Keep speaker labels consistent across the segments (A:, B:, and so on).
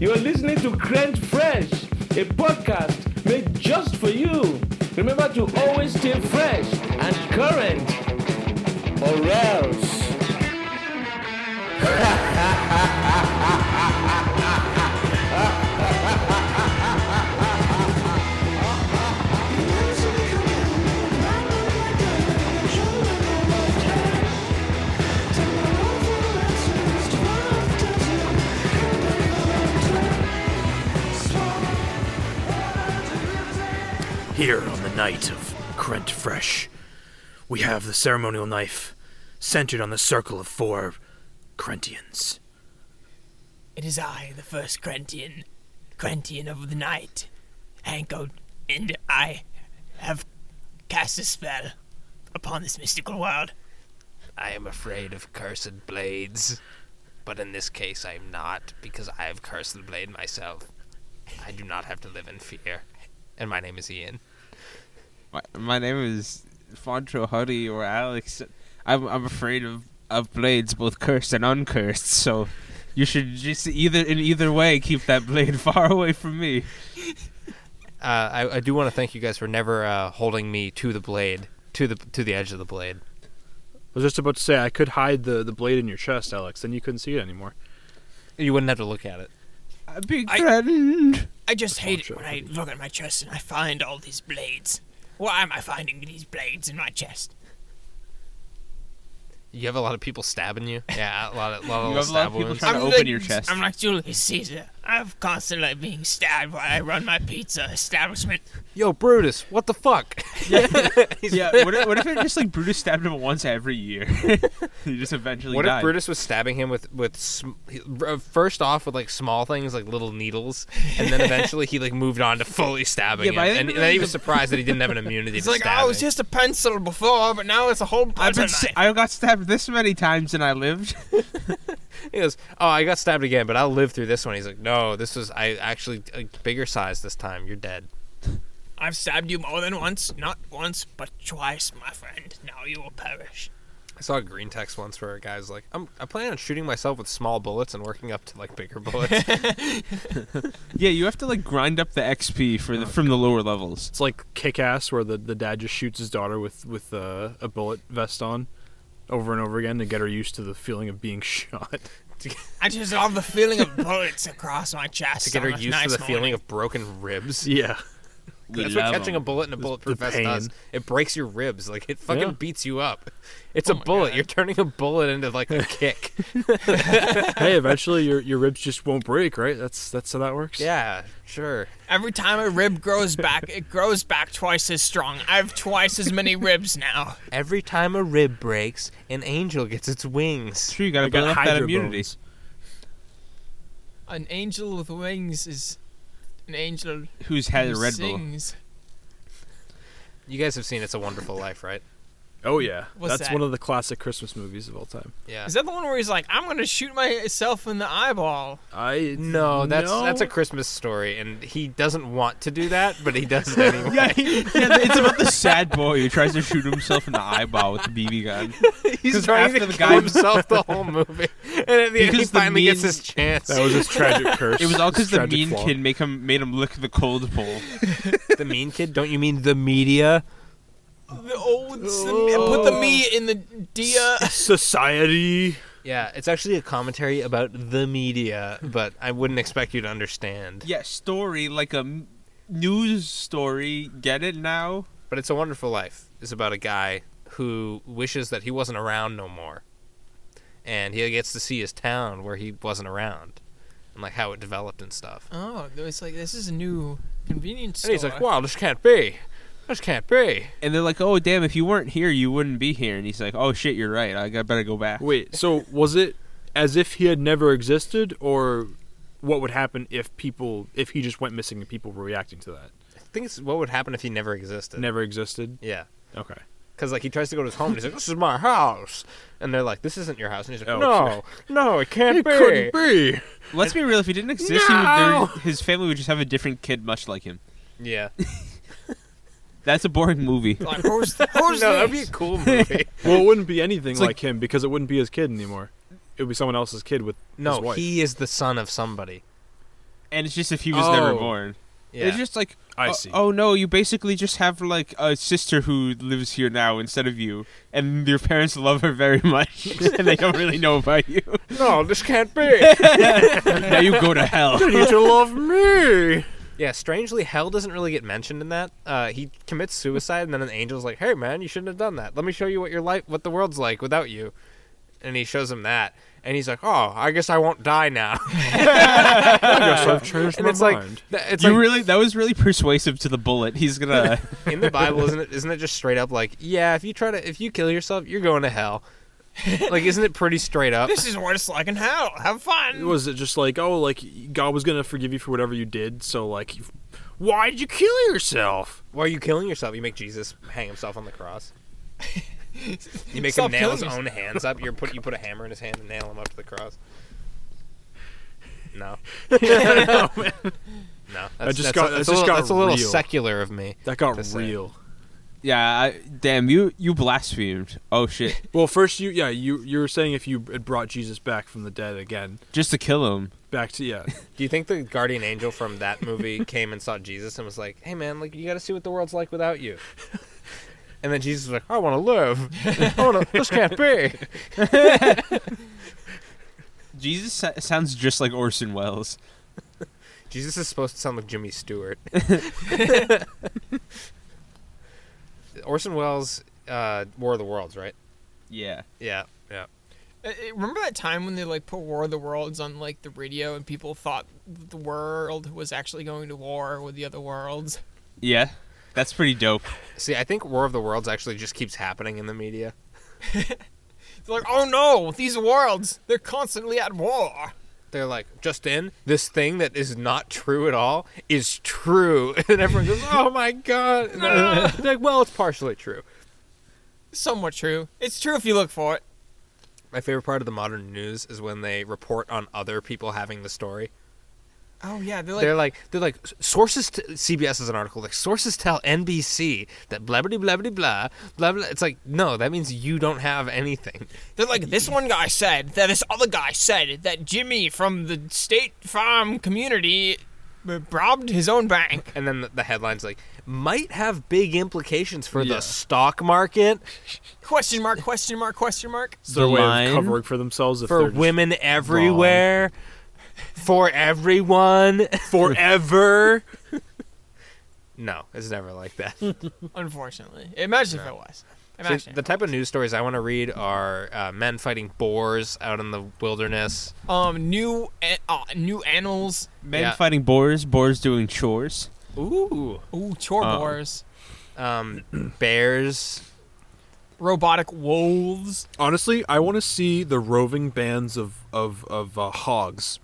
A: You are listening to Crunch Fresh, a podcast made just for you. Remember to always stay fresh and current, or else.
B: Here on the night of Krent Fresh, we have the ceremonial knife centered on the circle of four Crentians.
C: It is I, the first Crentian, Crentian of the night, Hanko, and I have cast a spell upon this mystical world.
D: I am afraid of cursed blades, but in this case I am not because I have cursed the blade myself. I do not have to live in fear. And my name is Ian.
E: My, my name is Fontro Huddy or Alex. I'm I'm afraid of, of blades, both cursed and uncursed. So you should just either in either way keep that blade far away from me.
D: Uh, I, I do want to thank you guys for never uh, holding me to the blade, to the to the edge of the blade.
F: I was just about to say I could hide the, the blade in your chest, Alex. Then you couldn't see it anymore.
D: You wouldn't have to look at it.
E: I'm being
C: I-
E: threatened.
C: I just hate it
F: Poncho,
C: when I look at my chest and I find all these blades. Why am I finding these blades in my chest?
D: You have a lot of people stabbing you. Yeah, a lot of, lot of little
E: You have a lot
D: stab
E: of people
D: wounds.
E: trying to
C: I'm
E: open
C: like-
E: your chest.
C: I'm like Julius Caesar. I'm constantly being stabbed while I run my pizza establishment.
D: Yo, Brutus, what the fuck?
E: yeah. What if, what if it just like Brutus stabbed him once every year? he just eventually
D: What
E: died.
D: if Brutus was stabbing him with with sm- he- r- uh, first off with like small things like little needles, and then eventually he like moved on to fully stabbing
E: Yeah,
D: him,
E: but I think
D: and,
E: it
D: and then he
E: was
D: was surprised that he didn't have an immunity
C: It's
D: to
C: like,
D: stabbing.
C: oh, it was just a pencil before, but now it's a whole
E: I've
C: pencil knife.
E: been sta- I got stabbed this many times and I lived.
D: He goes, "Oh, I got stabbed again, but I'll live through this one." He's like, "No, this was I actually a bigger size this time. You're dead."
C: I've stabbed you more than once, not once, but twice, my friend. Now you will perish.
D: I saw a green text once where a guy's like, "I'm I plan on shooting myself with small bullets and working up to like bigger bullets."
E: yeah, you have to like grind up the XP for
D: Oh,
E: the from the lower levels.
F: It's like Kick Ass, where the, the dad just shoots his daughter with with uh, a bullet vest on, over and over again to get her used to the feeling of being shot.
C: I just love the feeling of bullets across my chest.
D: to get her
C: on a
D: used
C: nice
D: to the
C: morning.
D: feeling of broken ribs.
F: yeah,
D: That's what catching a bullet in a bulletproof
F: the
D: vest does.
F: pain.
D: It breaks your ribs. Like it fucking
F: Yeah.
D: beats you up. Oh It's a bullet. You're turning a bullet into like a kick.
F: hey, eventually your your ribs just won't break, right? That's that's how that works.
D: yeah, sure.
C: Every time a rib grows back, it grows back twice as strong. I have twice as many ribs now.
D: Every time a rib breaks, an angel gets its wings.
E: True, you gotta
F: I got
E: build up that
F: hydro
E: immunity.
F: bones.
C: An angel with wings is an angel
E: Who's had
C: who
E: a Red Bull?
C: sings.
D: You guys have seen It's a Wonderful Life, right?
F: Oh yeah,
C: What's
F: that's
C: that?
F: one of the classic Christmas movies of all time.
D: Yeah.
C: Is that the one where he's like, "I'm gonna shoot myself in the eyeball"?
F: I
D: No, that's that's a
F: no.
D: Christmas story, and he doesn't want to do that, but he does it anyway.
E: Yeah, he- yeah, it's about the sad boy who tries to shoot himself in the eyeball with the BB gun.
D: He's
E: 'Cause
D: trying to
E: after the
D: kill
E: guy-
D: himself the whole movie, and at the end he
E: Because the
D: finally gets
E: mean-
D: his chance.
F: that was his tragic curse.
E: It was all because
F: His
E: the
F: tragic
E: mean
F: flaw.
E: kid make him made him lick the cold pole.
D: the mean kid. Don't you mean the media?
C: The, oh, it's the, put the me in the dia.
F: Society.
D: Yeah, it's actually a commentary about the media, but I wouldn't expect you to understand.
E: Yeah, story like a m- news story. Get it now?
D: But it's a Wonderful Life. It's about a guy who wishes that he wasn't around no more, and he gets to see his town where he wasn't around, and like how it developed and stuff.
C: Oh, it's like this is a new convenience store.
D: And he's like, "Wow, this can't be. This can't be."
E: And they're like, "Oh damn! If you weren't here, you wouldn't be here." And he's like, "Oh shit, you're right. I got- better go back."
F: Wait, so was it as if he had never existed, or what would happen if people, if he just went missing and people were reacting to that?
D: I think it's what would happen if he never existed.
F: Never existed?
D: Yeah,
F: Okay.
D: because like he tries to go to his home and he's like, "This is my house," and they're like, "This isn't your house," and he's like,
F: Oh,
D: "No, no, it can't be."
F: be.
E: Let's be real. If he didn't exist, he would,
D: No!
E: there- his family would just have a different kid, much like him.
D: Yeah,
E: That's a boring movie.
C: Like, who's who's
D: no, that'd be
C: this?
D: a cool movie.
F: Well, it wouldn't be anything
E: It's
F: like,
E: like-
F: him because it wouldn't be his kid anymore. It would be someone else's kid with his
D: no,
F: wife.
D: he is the son of somebody.
E: and it's just if he was never
F: Oh.
E: born.
D: Yeah.
E: It's just like
F: I
E: oh,
F: see.
E: Oh no, you basically just have like a sister who lives here now instead of you, and your parents love her very much, and they don't really know about you.
F: No, this can't be.
E: now you go to hell.
F: you need to love me.
D: Yeah, strangely, hell doesn't really get mentioned in that. Uh, he commits suicide, and then an angel's like, "Hey, man, you shouldn't have done that. Let me show you what your life, what the world's like without you." And he shows him that, and he's like, "Oh, I guess I won't die now."
F: I guess I've changed
D: and
F: my
D: it's like,
F: mind.
D: th- it's
E: you
D: like
E: really that was really persuasive to the bullet. He's gonna
D: in the Bible, isn't it? Isn't it just straight up like, yeah, if you try to, if you kill yourself, you're going to hell. like, isn't it pretty straight up?
C: This is what it's like in hell. Have fun.
F: Was it just like, oh, like God was gonna forgive you for whatever you did? So like, why did you kill yourself?
D: Why are you killing yourself? You make Jesus hang himself on the cross. You make
C: Stop
D: him nail
C: killing
D: his
C: yourself.
D: own hands up. You put you put a hammer in his hand and nail him up to the cross. No. no, that's,
F: just
D: that's
F: got-
D: a,
F: that
D: that's
F: just
D: a little,
F: got
D: that's a little
F: real.
D: secular of me.
F: That got
D: Just saying.
F: real.
E: Yeah, I, damn you! You blasphemed. Oh shit!
F: Well, first you, yeah, you you were saying if you had brought Jesus back from the dead again,
E: Just to kill him.
F: back to yeah,
D: Do you think the guardian angel from that movie came and saw Jesus and was like, "Hey man, like you got to see what the world's like without you." And then Jesus was like, "I want to live. I want to. This can't be."
E: Jesus sa- sounds just like Orson Welles.
D: Jesus is supposed to sound like Jimmy Stewart. Orson Welles, uh, War of the Worlds, right?
E: Yeah.
D: Yeah, yeah.
C: Uh, uh, Remember that time when they like put War of the Worlds on like the radio and people thought the world was actually going to war with the other worlds?
E: Yeah, that's pretty dope.
D: See, I think War of the Worlds actually just keeps happening in the media.
C: They're like, oh no, these worlds, they're constantly at war.
D: They're like, just in, this thing that is not true at all is true, and everyone goes, "Oh my god!" And they're- they're like, well, it's partially true.
C: Somewhat true. It's true if you look for it.
D: My favorite part of the modern news is when they report on other people having the story.
C: Oh yeah, they're like,
D: they're like they're like s- sources. T- CBS is an article like sources tell NBC that blah blah blah blah blah blah blah. It's like no, that means you don't have anything.
C: They're like, this one guy said that this other guy said that Jimmy from the State Farm community uh, robbed his own bank.
D: And then the, the headline's like might have big implications for
F: Yeah.
D: the stock market
C: Question mark, question mark, question mark.
F: it's their
E: The
F: way
E: line-
F: of covering for themselves if
D: for
F: they're just-
D: women everywhere, for everyone, forever. no, it's never like that.
C: Unfortunately. Imagine if it was.
D: So
C: Imagine. if
D: the
C: it
D: type of news stories I want to read are uh, men fighting boars out in the wilderness.
C: was. um new a- uh, new animals.
E: Men
D: Yeah.
E: fighting boars, boars doing chores.
D: Ooh.
C: Ooh, chore
E: Uh,
C: wars.
D: um, bears.
C: Robotic wolves.
F: Honestly, I want to see the roving bands of of of uh, hogs,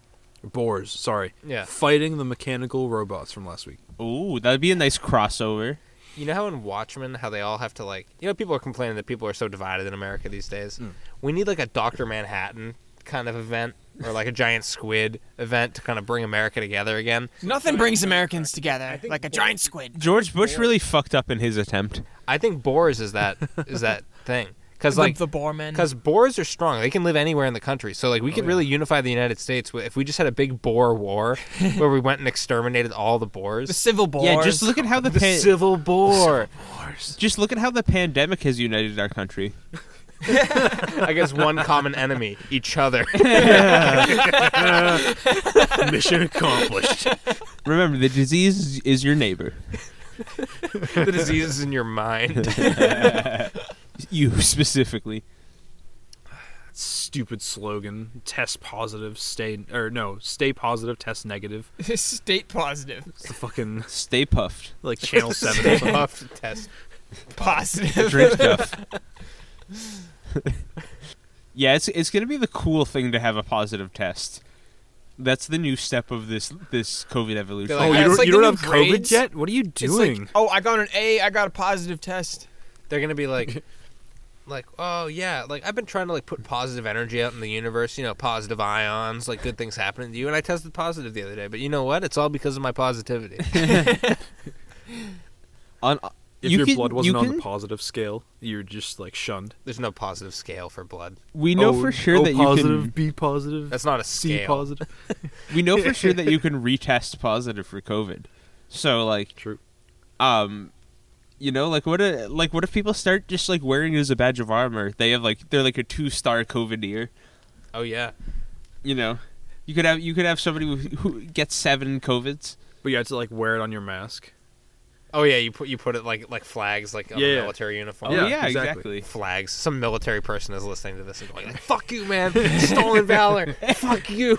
F: boars. Sorry,
D: Yeah.
F: fighting the mechanical robots from last week.
E: Ooh, that'd be a nice crossover.
D: You know how in Watchmen, how they all have to like, you know, people are complaining that people are so divided in America these days. We need like a Doctor Manhattan kind of event, or like a giant squid event to kind of bring America together again.
C: Nothing brings Americans together like a giant squid.
E: George Bush really fucked up in his attempt.
D: I think boars is that is that thing because
C: Like
D: like
C: the boarman.
D: because boars are strong, they can live anywhere in the country. So
C: Oh,
D: like we could really unify the United States wi- if we just had a big boar war where we went and exterminated all the
C: the
D: boars.
C: civil boars.
E: Yeah, just look at how the,
D: The
E: pan-
D: civil boar.
E: just look at how the pandemic has united our country.
D: I guess one common enemy, each other.
F: Mission accomplished.
E: Remember, the disease is- is your neighbor.
D: the disease is in your mind.
E: You specifically.
F: Stupid slogan. Test positive, stay or no, stay positive, test negative.
C: state positive.
F: It's the fucking
E: Stay puffed.
F: like Channel Seven. or
D: Stay
F: something.
D: puffed test.
C: Positive.
E: Drink stuff. yeah, it's it's gonna be the cool thing to have a positive test. That's the new step of this this COVID evolution.
D: They're
F: Oh,
D: like,
F: you
C: It's
F: don't,
C: like
F: you
C: the
F: don't have
C: new
F: COVID
C: grades.
F: yet? What are you
C: It's
F: doing?
C: like, oh, I got an A. I got a positive test.
D: They're gonna be like, like, oh yeah, like I've been trying to like put positive energy out in the universe. You know, positive ions, like good things happening to you. And I tested positive the other day, but you know what? It's all because of my positivity.
E: on
F: if
E: You
F: your
E: can-
F: blood
E: you
F: wasn't on
E: can-
F: the positive scale, you're just like shunned.
D: There's no positive scale for blood.
E: We know
F: O-
E: for sure
F: O
E: that you
F: Oh, positive,
E: can.
F: B positive,
D: That's not a
F: C
D: scale.
F: positive.
E: We know for sure that you can retest positive for COVID. So like,
F: True.
E: um, you know, like what? A, like what if people start just like wearing it as a badge of armor? They have like they're like a two star COVID year.
D: Oh yeah.
E: You know, you could have you could have somebody who, who gets seven covids.
F: But you had to like wear it on your mask.
D: Oh yeah. You put you put it like like flags like on
F: Yeah,
D: a
F: yeah.
D: military uniform.
E: Oh yeah,
F: Yeah, exactly.
E: exactly.
D: Flags. Some military person is listening to this and going, like, "Fuck you, man! Stolen valor! Fuck you!"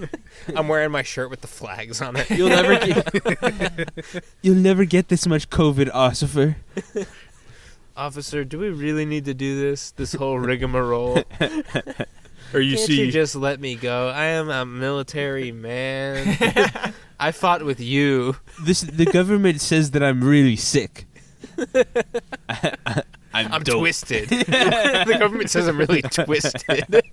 D: I'm wearing my shirt with the flags on it.
E: You'll never get. You'll never get this much COVID, Ossifer.
D: Officer, do we really need to do this? This whole rigmarole.
F: Or you
D: Can't
F: see,
D: you just let me go? I am a military man. I fought with you.
E: This the government says that I'm really sick. I, am
D: I'm twisted. the government says I'm really twisted.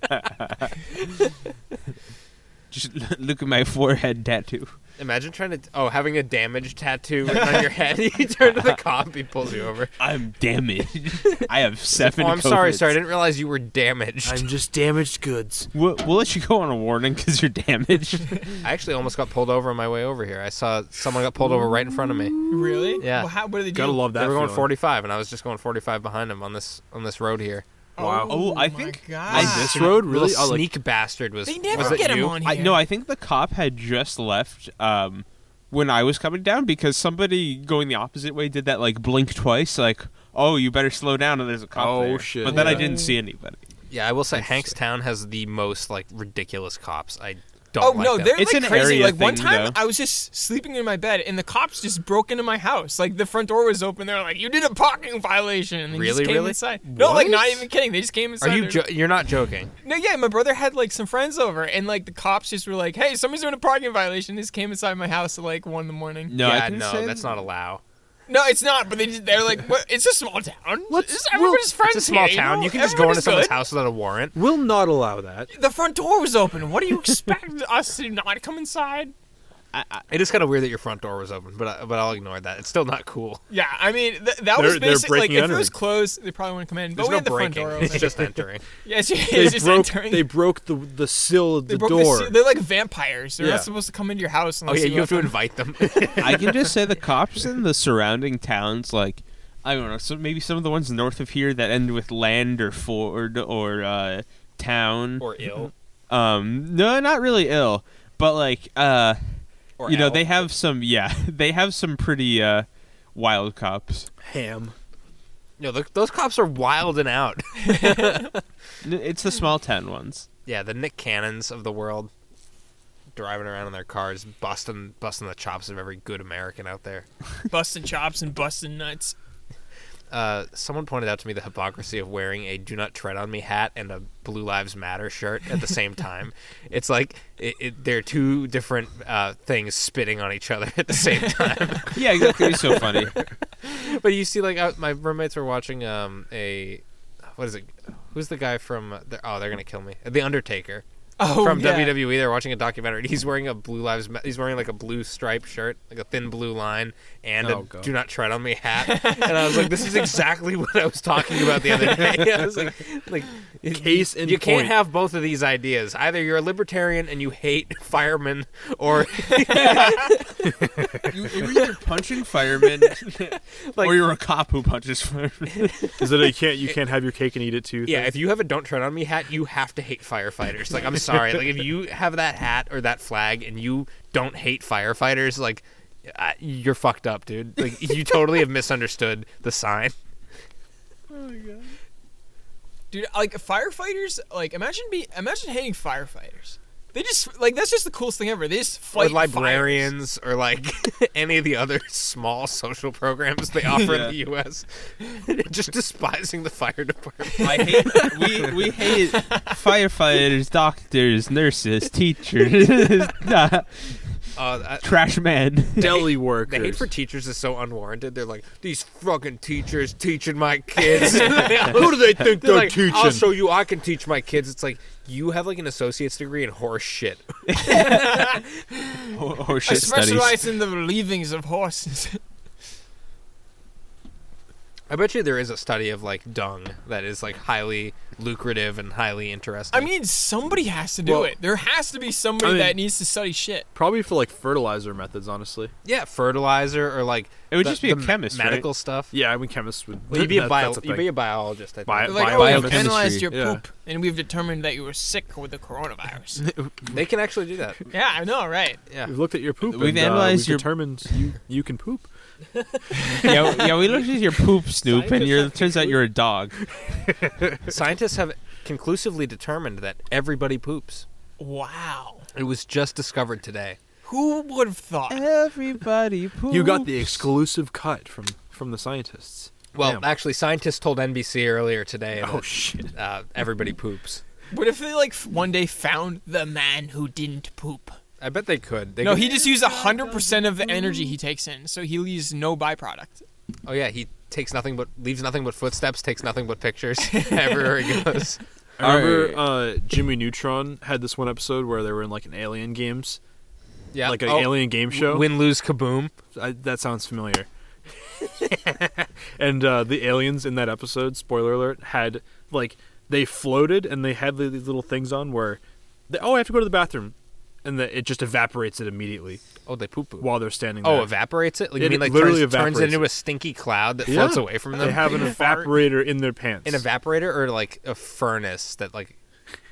E: Just l- look at my forehead tattoo.
D: Imagine trying to oh having a damaged tattoo written on your head. you turn to the cop, he pulls you over.
E: I'm damaged. I have seven.
D: Oh, I'm sorry,
E: COVIDs.
D: sorry. I didn't realize you were damaged.
G: I'm just damaged goods.
E: We'll, we'll let you go on a warning because you're damaged.
D: I actually almost got pulled over on my way over here. I saw someone got pulled over right in front of me.
C: Really?
D: Yeah.
C: Well, how, what do they do?
F: gotta love that.
D: they were going
F: feeling.
D: 45, and I was just going 45 behind them on this on this road here.
F: Wow.
E: Oh,
C: my
E: I think-
C: God.
F: on
E: I-
F: this road. Really,
D: Little
F: I like.
D: sneak bastard was.
C: they never
D: was it
C: get him
D: you?
C: on here.
E: I, no, I think the cop had just left um, when I was coming down because somebody going the opposite way did that like blink twice, like oh you better slow down and there's a cop
F: Oh,
E: there.
F: shit.
E: But then I
F: Yeah.
E: didn't see anybody.
D: Yeah, I will say Hankstown has the most like ridiculous cops. I don't.
C: Oh
D: like
C: no,
D: them.
C: they're
E: It's
C: like
E: an
C: crazy.
E: area
C: Like one
E: thing,
C: time,
E: though.
C: I was just sleeping in my bed, and the cops just broke into my house. Like the front door was open. They were like, "You did a parking violation." And they
D: Really,
C: just came
D: really?
C: inside. No, like
D: What?
C: not even kidding. They just came inside.
D: Are you?
C: They're-
D: Jo- you're not joking.
C: No, yeah, my brother had like some friends over, and like the cops just were like, "Hey, somebody's doing a parking violation." They just came inside my house at like one in the morning.
E: No,
D: yeah,
E: I can
D: no,
E: say
D: that's not allowed.
C: No, it's not. But they just, they're like, what? "It's a small town. It's- everybody's friends
D: It's a small
C: here,
D: town.
C: know?
D: You can just go into
C: Everybody's
D: someone's
C: good."
D: house without a warrant.
F: Will not allow that.
C: The front door was open. What do you expect us to not come inside?
D: It is kind of weird that your front door was open, but I, but I'll ignore that. It's still not cool.
C: Yeah, I mean th- that
F: They're-
C: was
F: they're
C: basically like
F: breaking
C: if
F: and
C: it was
F: entering.
C: closed, they probably wouldn't come in. But
D: There's
C: we
D: no
C: had the front
D: breaking.
C: door
D: It's
C: open.
D: just entering.
C: yeah, it's, it's
F: They
C: just
F: broke.
C: entering.
F: They broke the the seal of
C: They
F: the
C: broke
F: door.
C: se- they're like vampires. They're
F: Yeah.
C: not supposed to come into your house.
D: Oh
C: Unless
D: yeah, you have to
C: let them.
D: invite them.
E: I can just say the cops in the surrounding towns, like I don't know, so maybe some of the ones north of here that end with land or ford or uh, town.
D: or ill.
E: um, no, not really ill, but like uh,
D: Or
E: you know
D: Al.
E: they have some. Yeah, they have some pretty uh, wild cops.
F: Ham.
D: No, th- those cops are wild and out.
E: N- It's the small town ones.
D: Yeah, the Nick Cannons of the world, driving around in their cars, busting busting the chops of every good American out there.
C: busting chops and busting nuts.
D: Uh, someone pointed out to me the hypocrisy of wearing a "Do Not Tread on Me" hat and a Blue Lives Matter shirt at the same time. it's like it, it, they're two different uh, things spitting on each other at the same time.
E: Yeah, exactly. It's so funny.
D: but you see, like uh, my roommates were watching um, a what is it? Who's the guy from? Uh, the, oh, they're gonna kill me. The Undertaker.
C: Oh,
D: from E.
C: yeah.
D: WWE. They're watching a documentary. and He's wearing a blue lives. Ma- He's wearing like a blue stripe shirt, like a thin blue line, and
F: Oh,
D: a
F: God.
D: "Do Not Tread on Me" hat. and I was like, "This is exactly what I was talking about the other day." I was like, "Like you-
F: Case in
D: you can't
F: point.
D: have both of these ideas. Either you're a libertarian and you hate firemen, or
E: You, you're either punching firemen,
D: Like-
E: or you're a cop who punches firemen.
F: Is that you can't you can't have your cake and eat it too?
D: yeah,
F: thing?
D: if you have a "Don't Tread on Me" hat, you have to hate firefighters. Like I'm sorry, like if you have that hat or that flag and you don't hate firefighters, like. I- You're fucked up, dude. Like you totally have misunderstood the sign.
C: dude. Like firefighters. Like imagine be imagine hating firefighters. They just like that's just the coolest thing ever. They just
D: or
C: fight fires.
D: librarians or like any of the other small social programs they offer in the U.S. Just despising the fire department.
E: I hate we we hate firefighters, doctors, nurses, teachers, uh,
D: Uh, I-
E: trash men.
F: Deli workers.
D: the hate for teachers is so unwarranted. They're like these fucking teachers teaching my kids. Who do they think
F: they're
D: like, I'll
F: teaching?"
D: show you. I can teach my kids. It's like you have like an associate's degree in horse shit.
E: or, or
C: I
E: Oh, shit studies.
C: specialize in the relievings of horses.
D: I bet you there is a study of like dung that is like highly lucrative and highly interesting.
C: I mean, somebody has to do
F: Well,
C: it. There has to be somebody
F: I mean-
C: that needs to study shit.
F: Probably for like fertilizer methods, honestly.
D: yeah, fertilizer or like
E: It would
D: the-
E: just be a
D: the
E: chemist, right?
D: medical stuff.
F: Yeah, I mean chemists would.
D: Well, you'd be a
F: that-
D: bio,
F: that's
D: you'd
F: thing.
D: be a biologist. I think.
F: Bio-
C: They're like,
F: Bio-
C: oh, we've
E: biochemistry,
C: analyzed your
F: yeah.
C: poop, and we've determined that you were sick with the coronavirus.
D: they can actually do that.
C: yeah, I know, right?
D: Yeah.
F: We've looked at your poop.
E: We've
F: and, uh,
E: analyzed
F: we've
E: your-
F: determined you you can poop.
E: yeah, yeah, we looked at your poop, Snoop, and you're, it turns out you're a dog.
D: Scientists have conclusively determined that everybody poops.
C: Wow.
D: It was just discovered today.
C: Who would have thought?
E: Everybody poops.
F: You got the exclusive cut from from the scientists.
D: Well,
F: Damn.
D: actually, scientists told NBC earlier today that
F: oh shit.
D: uh, everybody poops.
C: What if they like f- one day found the man who didn't poop?
D: I bet they could. They
C: No,
D: could-
C: he just used hundred percent of the energy he takes in, so he leaves no byproduct.
D: Oh yeah, he takes nothing but leaves nothing but footsteps, takes nothing but pictures everywhere he goes.
F: I remember
E: Alright.
F: uh, Jimmy Neutron had this one episode where they were in like an alien games,
D: Yeah,
F: like an
D: oh,
F: alien game show.
D: Win, lose, kaboom.
F: I, that sounds familiar. and uh, the aliens in that episode, spoiler alert, had like they floated and they had these little things on where, they, oh, I have to go to the bathroom, and the, it just evaporates it immediately
D: Oh, they poo poo.
F: while they're standing there.
D: Oh, evaporates it. Like, you
F: It
D: mean like
F: literally
D: turns, turns it
F: evaporates
D: into
F: it.
D: a stinky cloud that
F: Yeah.
D: floats away from them.
F: They have an evaporator in their pants.
D: an evaporator or like a furnace that like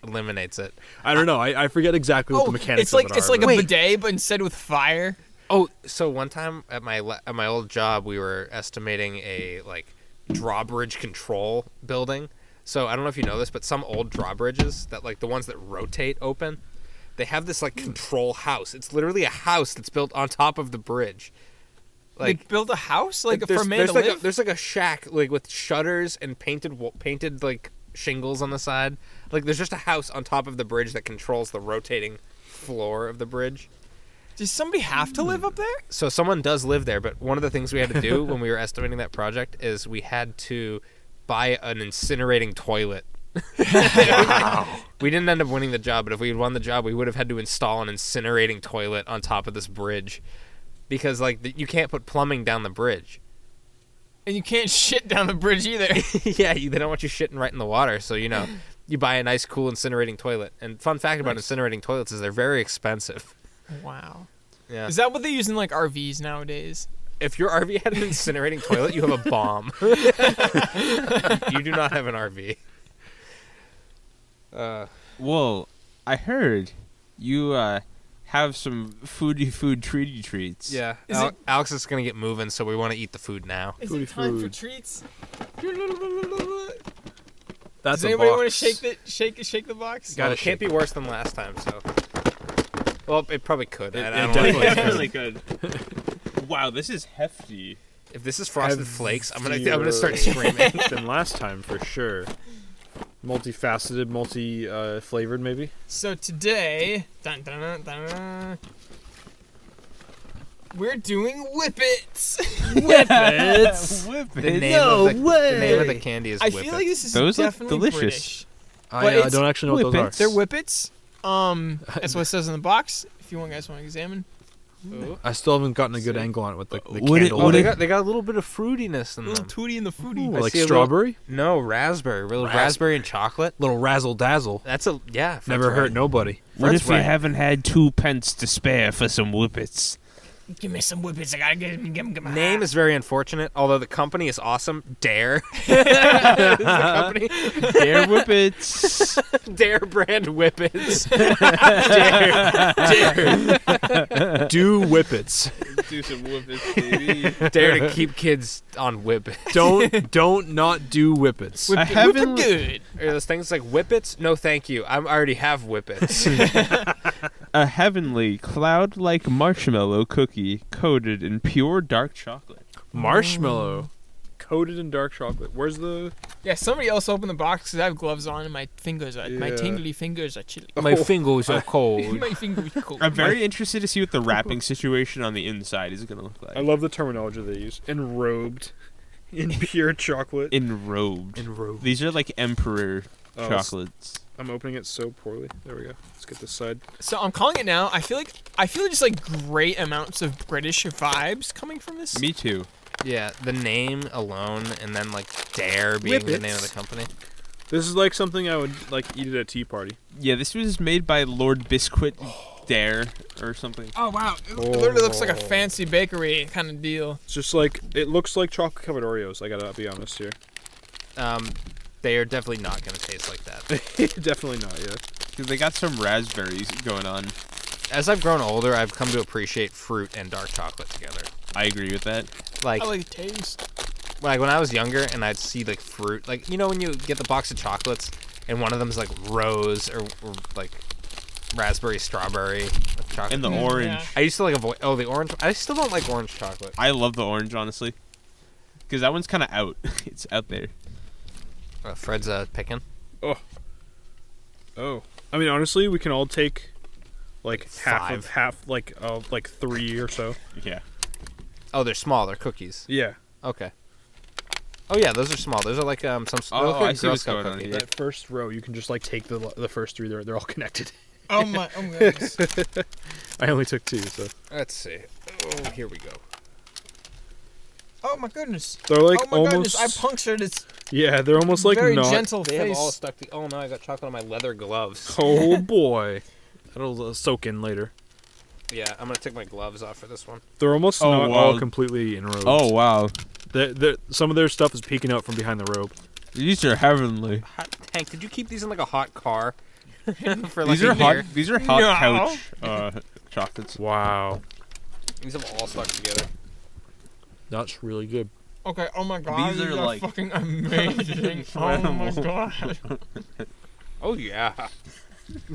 D: eliminates it.
F: I don't know. I, I forget exactly what the mechanics.
C: Oh, it's like
F: of it
C: it's
F: are,
C: like a
F: but-
C: bidet, but instead with fire.
D: Oh, so one time at my le- at my old job, we were estimating a like drawbridge control building. So I don't know if you know this, but some old drawbridges that like the ones that rotate open, they have this
C: Hmm.
D: like control house. It's literally a house that's built on top of the bridge.
C: Like, they build a house like for
D: there's,
C: a man
D: there's
C: to
D: like
C: live.
D: A, there's like a shack like with shutters and painted wa- painted like shingles on the side. Like there's just a house on top of the bridge that controls the rotating floor of the bridge.
C: Does somebody have to live up there?
D: So someone does live there, but one of the things we had to do when we were estimating that project is we had to buy an incinerating toilet. We didn't end up winning the job, but if we had won the job, we would have had to install an incinerating toilet on top of this bridge because like the, you can't put plumbing down the bridge.
C: And you can't shit down the bridge either.
D: yeah, you, they don't want you shitting right in the water, so you know, you buy a nice, cool incinerating toilet. And fun fact about incinerating toilets is they're very expensive.
C: wow.
D: Yeah.
C: Is that what they use in like RVs nowadays?
D: If your RV had an incinerating toilet, you have a bomb. you do not have an RV. Uh,
E: Well, I heard you uh, have some foodie food treaty treats.
D: yeah,
C: Is
D: Al-
C: it-
D: Alex is gonna get moving, so we want to eat the food now.
C: Is
F: Foodie
C: it time for
F: food.
C: treats?
F: That's
C: Does
F: a
C: anybody
F: box.
C: want to shake the shake shake the box?
F: Gotta
D: Well, it can't be worse than last time, so. Well, it probably could. I- I
F: It-
D: don't
F: it
D: know.
F: definitely-
E: Definitely good. Wow, this is hefty.
D: If this is frosted
F: Have
D: flakes, I'm gonna I'm gonna
F: your-
D: start screaming.
F: than last time for sure. Multifaceted, multi uh, flavored, maybe.
C: So today, dun, dun, dun, dun, dun, we're doing whippets.
E: Whip
D: the
E: it.
D: name
F: No
D: of the, the name of the
F: way.
D: candy is
C: I
D: Whippet.
C: feel like this is
E: Those look
C: definitely
E: delicious.
C: British. But
F: I, I
C: it's-
F: don't actually know what those are.
C: They're whippets.
E: whippets.
C: Um, that's what it says in the box. If you want, guys, want to examine.
F: I still haven't gotten a good angle on it with the, the
E: Would it-
F: candle.
D: Oh,
E: would
D: they
E: it-
D: got, they got a little bit of fruitiness in
C: A little
D: them.
C: tootie and the
F: Ooh,
C: foodie.
D: I
F: like
D: see a
F: strawberry?
D: No, raspberry, real raspberry. and chocolate.
F: Little razzle dazzle.
D: That's a yeah. if
F: Never
D: that's
F: hurt
D: right.
F: nobody.
E: What
D: That's
E: if
D: right.
E: you haven't had two pence to spare for some whippets?
C: Give me some whippets. I gotta get them. Get them. Get 'em.
D: Name is very unfortunate, although the company is awesome. Dare. Is the company.
E: They're whippets.
D: Dare brand whippets.
F: Do whippets.
E: Do some whippets, baby.
D: Dare to keep kids on whippets.
F: Don't don't not do whippets.
E: I
C: Whip it
E: haven't.
C: good.
D: Or those things like whippets? No, thank you. I'm, I already have whippets.
E: A heavenly cloud-like marshmallow cookie coated in pure dark chocolate.
F: Marshmallow, coated in dark chocolate. Where's the?
C: Yeah, somebody else opened the box because I have gloves on and my fingers are my
F: Yeah.
C: tingly fingers are chilly.
D: My fingers are cold.
C: my fingers cold.
E: I'm very interested to see what the wrapping situation on the inside is going to look like.
F: I love the terminology they use. Enrobed in pure chocolate.
E: Enrobed. These are like emperor
F: Oh, it's-
E: chocolates.
F: I'm opening it so poorly. There we go. Let's get this side.
C: So I'm calling it now. I feel like I feel just like great amounts of British vibes coming from this.
E: Me too.
D: Yeah, the name alone, and then like Dare being the name of the
F: Whippets.
D: company.
F: This is like something I would like eat at a tea party.
E: Yeah, this was made by Lord Biscuit Dare or something.
C: Oh wow! It literally looks like a fancy bakery kind of deal.
F: It's just like it looks like chocolate covered Oreos. I gotta be honest here.
D: Um, they are definitely not gonna taste like that.
F: Definitely not. Yeah.
E: 'Cause they got some raspberries going on.
D: As I've grown older, I've come to appreciate fruit and dark chocolate together.
E: I agree with that.
D: Like,
C: I like the taste.
D: like when I was younger, and I'd see like fruit, like you know when you get the box of chocolates, and one of them's like rose or, or like raspberry, strawberry like, chocolate.
E: And the
C: Mm,
E: orange.
C: yeah.
D: I used to like avoid. Oh, the orange. I still don't like orange chocolate.
E: I love the orange, honestly. Because that one's kind of out. it's out there.
D: Uh, Fred's uh, picking.
F: Oh. I mean, honestly, we can all take like half
D: Five.
F: of half, like uh, like three or so.
E: Yeah.
D: Oh, they're small. They're cookies.
F: Yeah.
D: Okay. Oh yeah, those are small. Those are like um some. they
E: Oh,
D: look like
E: I see
D: Girl
E: what's
D: Scout
E: going on
D: cookies.
E: here.
F: That first row, you can just like take the the first three. They're they're all connected.
C: Oh my! Oh my goodness.
F: I only took two, so
D: Let's see. Oh, here we go.
C: Oh my goodness!
F: they're like
C: oh my
F: almost.
C: goodness! I punctured its
F: yeah, they're almost like
C: very
F: not.
C: gentle
D: They
C: face.
D: have all stuck. To- oh no, I got chocolate on my leather gloves.
F: Oh boy, that'll uh, soak in later.
D: yeah, I'm gonna take my gloves off for this one.
F: They're almost
E: Oh,
F: not
E: wow.
F: all completely in rows.
E: Oh, wow.
F: They're- they're- some of their stuff is peeking out from behind the rope.
E: These are heavenly.
D: Hot, Hank, did you keep these in like a hot car? for like
E: These are
D: a
E: hot.
D: year?
E: These are hot
C: No.
E: couch uh, chocolates.
F: Wow,
D: These have all stuck together.
F: that's really good.
C: Okay. Oh my god!
E: These are like-
C: fucking amazing. oh my
E: Incredible.
C: god!
D: Oh yeah.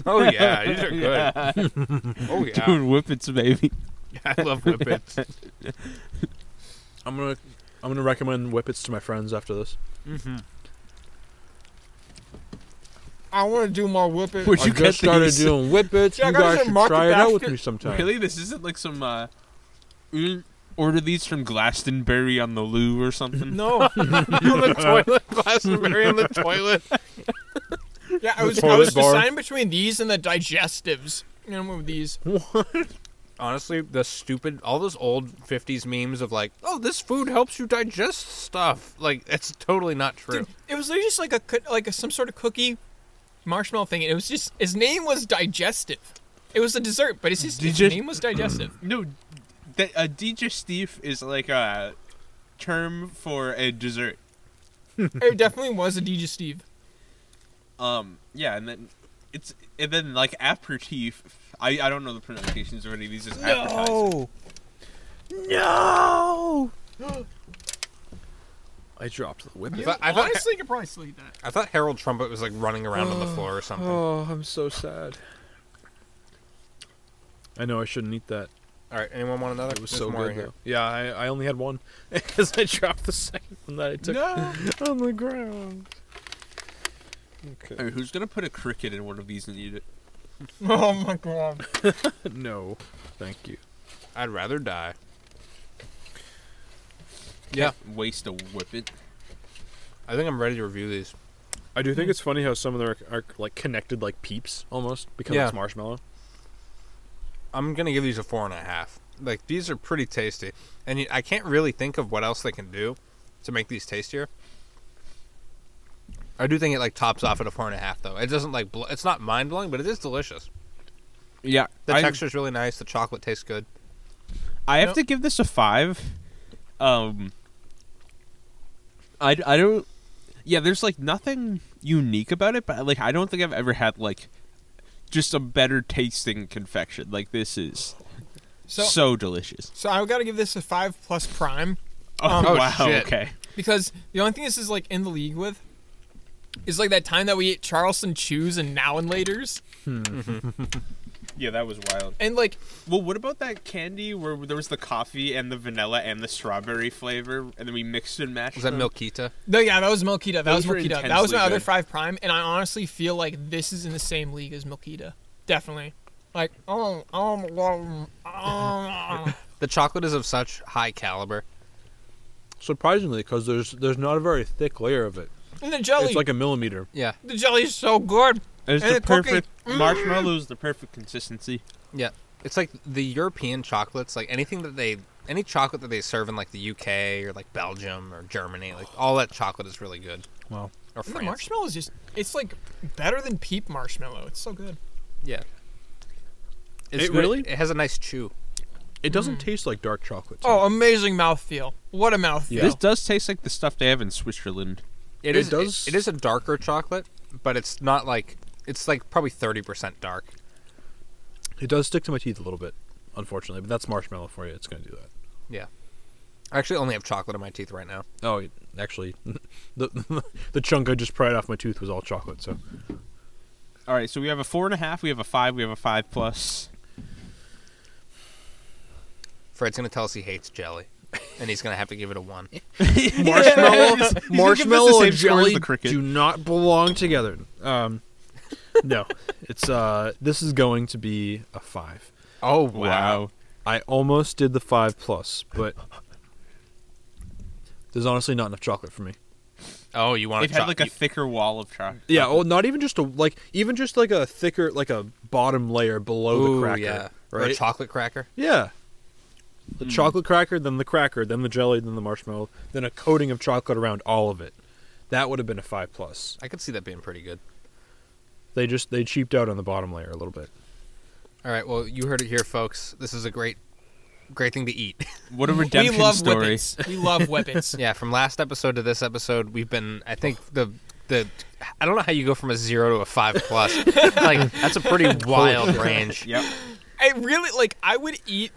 D: Oh yeah, these are good. Oh yeah,
E: Doing whippets, baby.
D: I love whippets.
F: I'm gonna I'm gonna recommend whippets to my friends after this.
C: I want to do more whipping.
E: Where'd
F: I
E: you get
F: just started
E: these?
F: doing whippets.
C: Yeah, I
F: you
C: got
F: guys
C: this at
F: should
C: Market
F: try it out with
C: Basket.
F: me sometime.
E: Really, this isn't like some. uh you didn't Order these from Glastonbury on the loo or something.
C: No.
D: on the toilet, Glastonbury on the toilet.
C: Yeah, I was I
F: toilet
C: was
F: bar.
C: deciding between these and the digestives. You know, with these.
D: honestly, the stupid all those old '50s memes of like, "Oh, this food helps you digest stuff." Like, it's totally not true.
C: Dude, it was literally just like a coo- like a, some sort of cookie, marshmallow thing. And it was just his name was digestive. It was a dessert, but it's just his
E: Digest-
C: name was digestive.
E: No, that a digestif is like a term for a dessert.
C: it definitely was a digestive.
E: Um, yeah, and then it's and then like aperitif. I I don't know the pronunciations of any of these. Just appetizer.
D: No.
F: I dropped the
D: I
F: whippet.
D: thought, I, thought,
C: could probably sleep that.
D: I thought Harold Trumpet was like running around on the floor or something. All
F: Oh, I'm so sad. I know I shouldn't eat that.
D: right, anyone want another?
F: It was
D: There's
F: so
D: more
F: good.
D: here.
F: Though. Yeah, I, I only had one because I dropped the second one that I took
C: No.
F: on the ground. Okay.
E: Alright, who's gonna put a cricket in one of these and eat it?
C: Oh my god.
F: No, thank you.
D: I'd rather die.
E: Waste a whippet.
D: I think I'm ready to review these.
F: I do think it's funny how some of them are, are like connected like peeps almost because
D: Yeah.
F: it's marshmallow.
D: I'm gonna give these a four and a half. Like these are pretty tasty, and y- I can't really think of what else they can do to make these tastier. I do think it like tops off at a four and a half though. It doesn't like bl- it's not mind blowing, but it is delicious.
E: Yeah,
D: The
E: I,
D: texture's really nice. The chocolate tastes good.
E: I have to give this a five. Um, I I don't. Yeah, there's like nothing unique about it, but like I don't think I've ever had like just a better tasting confection like this is
C: So so,
E: so delicious.
C: I gotta give this a five plus prime
E: Oh,
D: oh,
E: wow,
D: shit.
E: okay.
C: because the only thing this is like in the league with. Is like that time that we ate Charleston chews and now and laters,
E: Yeah, that was wild.
C: and like
E: Well, what about that candy where there was the coffee and the vanilla and the strawberry flavor, and then we mixed and matched?
D: Was that
E: them?
D: Milkita?
C: No, yeah, that was Milkita. That was
E: Those were
C: Milkita. That was my
E: intensely
C: other
E: good.
C: five prime, and I honestly feel like this is in the same league as Milkita. Definitely. Like, oh, oh, oh, oh.
D: The chocolate is of such high caliber.
F: Surprisingly, because there's there's not a very thick layer of it.
C: and the jelly.
F: It's like a millimeter.
D: Yeah,
C: the jelly is so good.
E: It's Mm.
C: And
E: the
C: the cookie.
E: perfect marshmallows, the perfect consistency.
D: yeah. It's like the European chocolates. Like anything that they any chocolate that they serve in like the UK or like Belgium or Germany, like all that chocolate is really good.
E: Well.
D: or
C: And
D: France.
C: the marshmallow is just, it's like better than peep marshmallow. It's so good.
D: Yeah.
F: It really-
D: It has a nice chew.
F: It doesn't taste like dark chocolate. to
C: Oh, amazing mouthfeel. What a mouthfeel.
F: Oh.
E: This does taste like the stuff they have in Switzerland.
F: It
D: is.
F: does-
D: It, it is a darker chocolate, but it's not like it's like probably thirty percent dark.
F: It does stick to my teeth a little bit, unfortunately, but that's marshmallow for you. It's going to do that.
D: I actually only have chocolate in my teeth right now.
F: Oh, it- actually, the the chunk I just pried off my tooth was all chocolate. So
E: All right, so we have a four and a half, we have a five, we have a five plus.
D: Fred's gonna tell us he hates jelly, and he's gonna have to give it a one.
F: marshmallow,
E: the
F: marshmallow
E: same
F: and
E: score as
F: jelly
E: the cricket.
F: do not belong together. Um, no, it's uh, this is going to be a five.
D: Oh
F: I almost did the five plus, but there's honestly not enough chocolate for me.
D: Oh, you want
E: They've
D: to
E: had like a thicker wall of chocolate.
F: Yeah, well, not even just a like, even just like a thicker, like a bottom layer below
D: Ooh,
F: the cracker,
D: yeah, or a
F: right?
D: chocolate cracker.
F: yeah, the chocolate cracker, then the cracker, then the jelly, then the marshmallow, then a coating of chocolate around all of it. That would have been a five plus.
D: I could see that being pretty good.
F: They just they cheaped out on the bottom layer a little bit.
D: All right, well, you heard it here, folks. This is a great, great thing to eat.
E: What a
C: We
E: redemption
C: love
E: story.
C: whippets. We love whippets.
D: yeah, from last episode to this episode, we've been. I think the the I don't know how you go from a zero to a five plus. like that's a pretty wild range.
E: Yep.
C: I really like. I would eat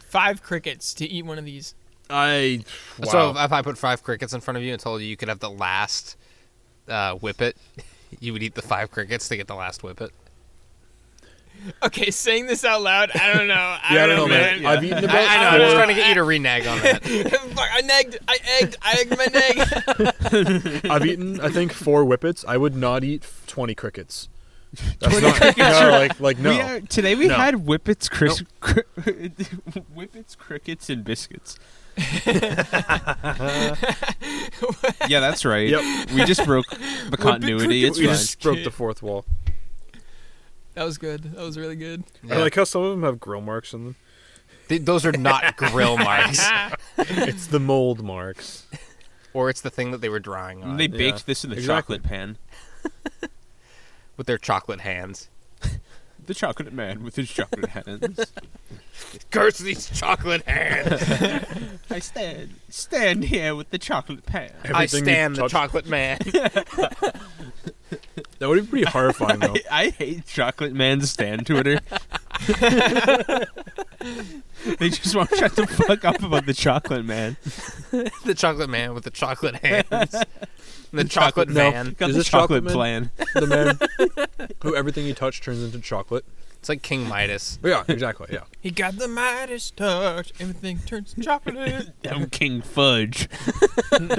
C: five crickets to eat one of these.
F: I
D: So if, if I put five crickets in front of you and told you you could have the last uh, whippet, you would eat the five crickets to get the last whippet.
C: Okay, saying this out loud, I don't know. I
F: yeah, I
C: don't,
F: don't know, man. I've eaten about
D: I, I know. I'm just
F: four-
D: trying to get you to renege on that.
C: Fuck, I negged. I egged. I egged my neg.
F: I've eaten, I think, four whippets. I would not eat f- twenty crickets. That's not no, like like no.
E: We are, today we
F: No.
E: had whippets, cris- cri- whippets, crickets, and biscuits. yeah, that's right.
F: Yep.
E: We just broke the continuity. It's
F: we
E: fine.
F: just broke the fourth wall.
C: That was good. That was really good.
F: I like how some of them have grill marks on them.
D: Th- Those are not grill marks,
F: It's the mold marks.
D: or it's the thing that they were drawing on
E: they baked
F: Yeah.
E: this in the
F: Exactly.
E: chocolate pan.
D: with their chocolate hands.
E: The chocolate man with his chocolate hands.
D: Curse these chocolate hands!
E: I stand stand here with the chocolate pan.
D: I
F: Everything you
D: stand the
F: touch-
D: chocolate man.
F: That would be pretty horrifying though.
E: I, I hate chocolate man's stand Twitter. they just won't shut the fuck up about the chocolate man.
D: the chocolate man with the chocolate hands. And the chocolate
E: no,
D: man.
E: Got
F: Is
E: the
F: this chocolate
E: chocolate
F: man?
E: plan.
F: the man who everything he touched turns into chocolate.
D: It's like King Midas.
F: Yeah, exactly. Yeah.
C: He got the Midas touch. Everything turns chocolate.
E: I'm King Fudge.
D: All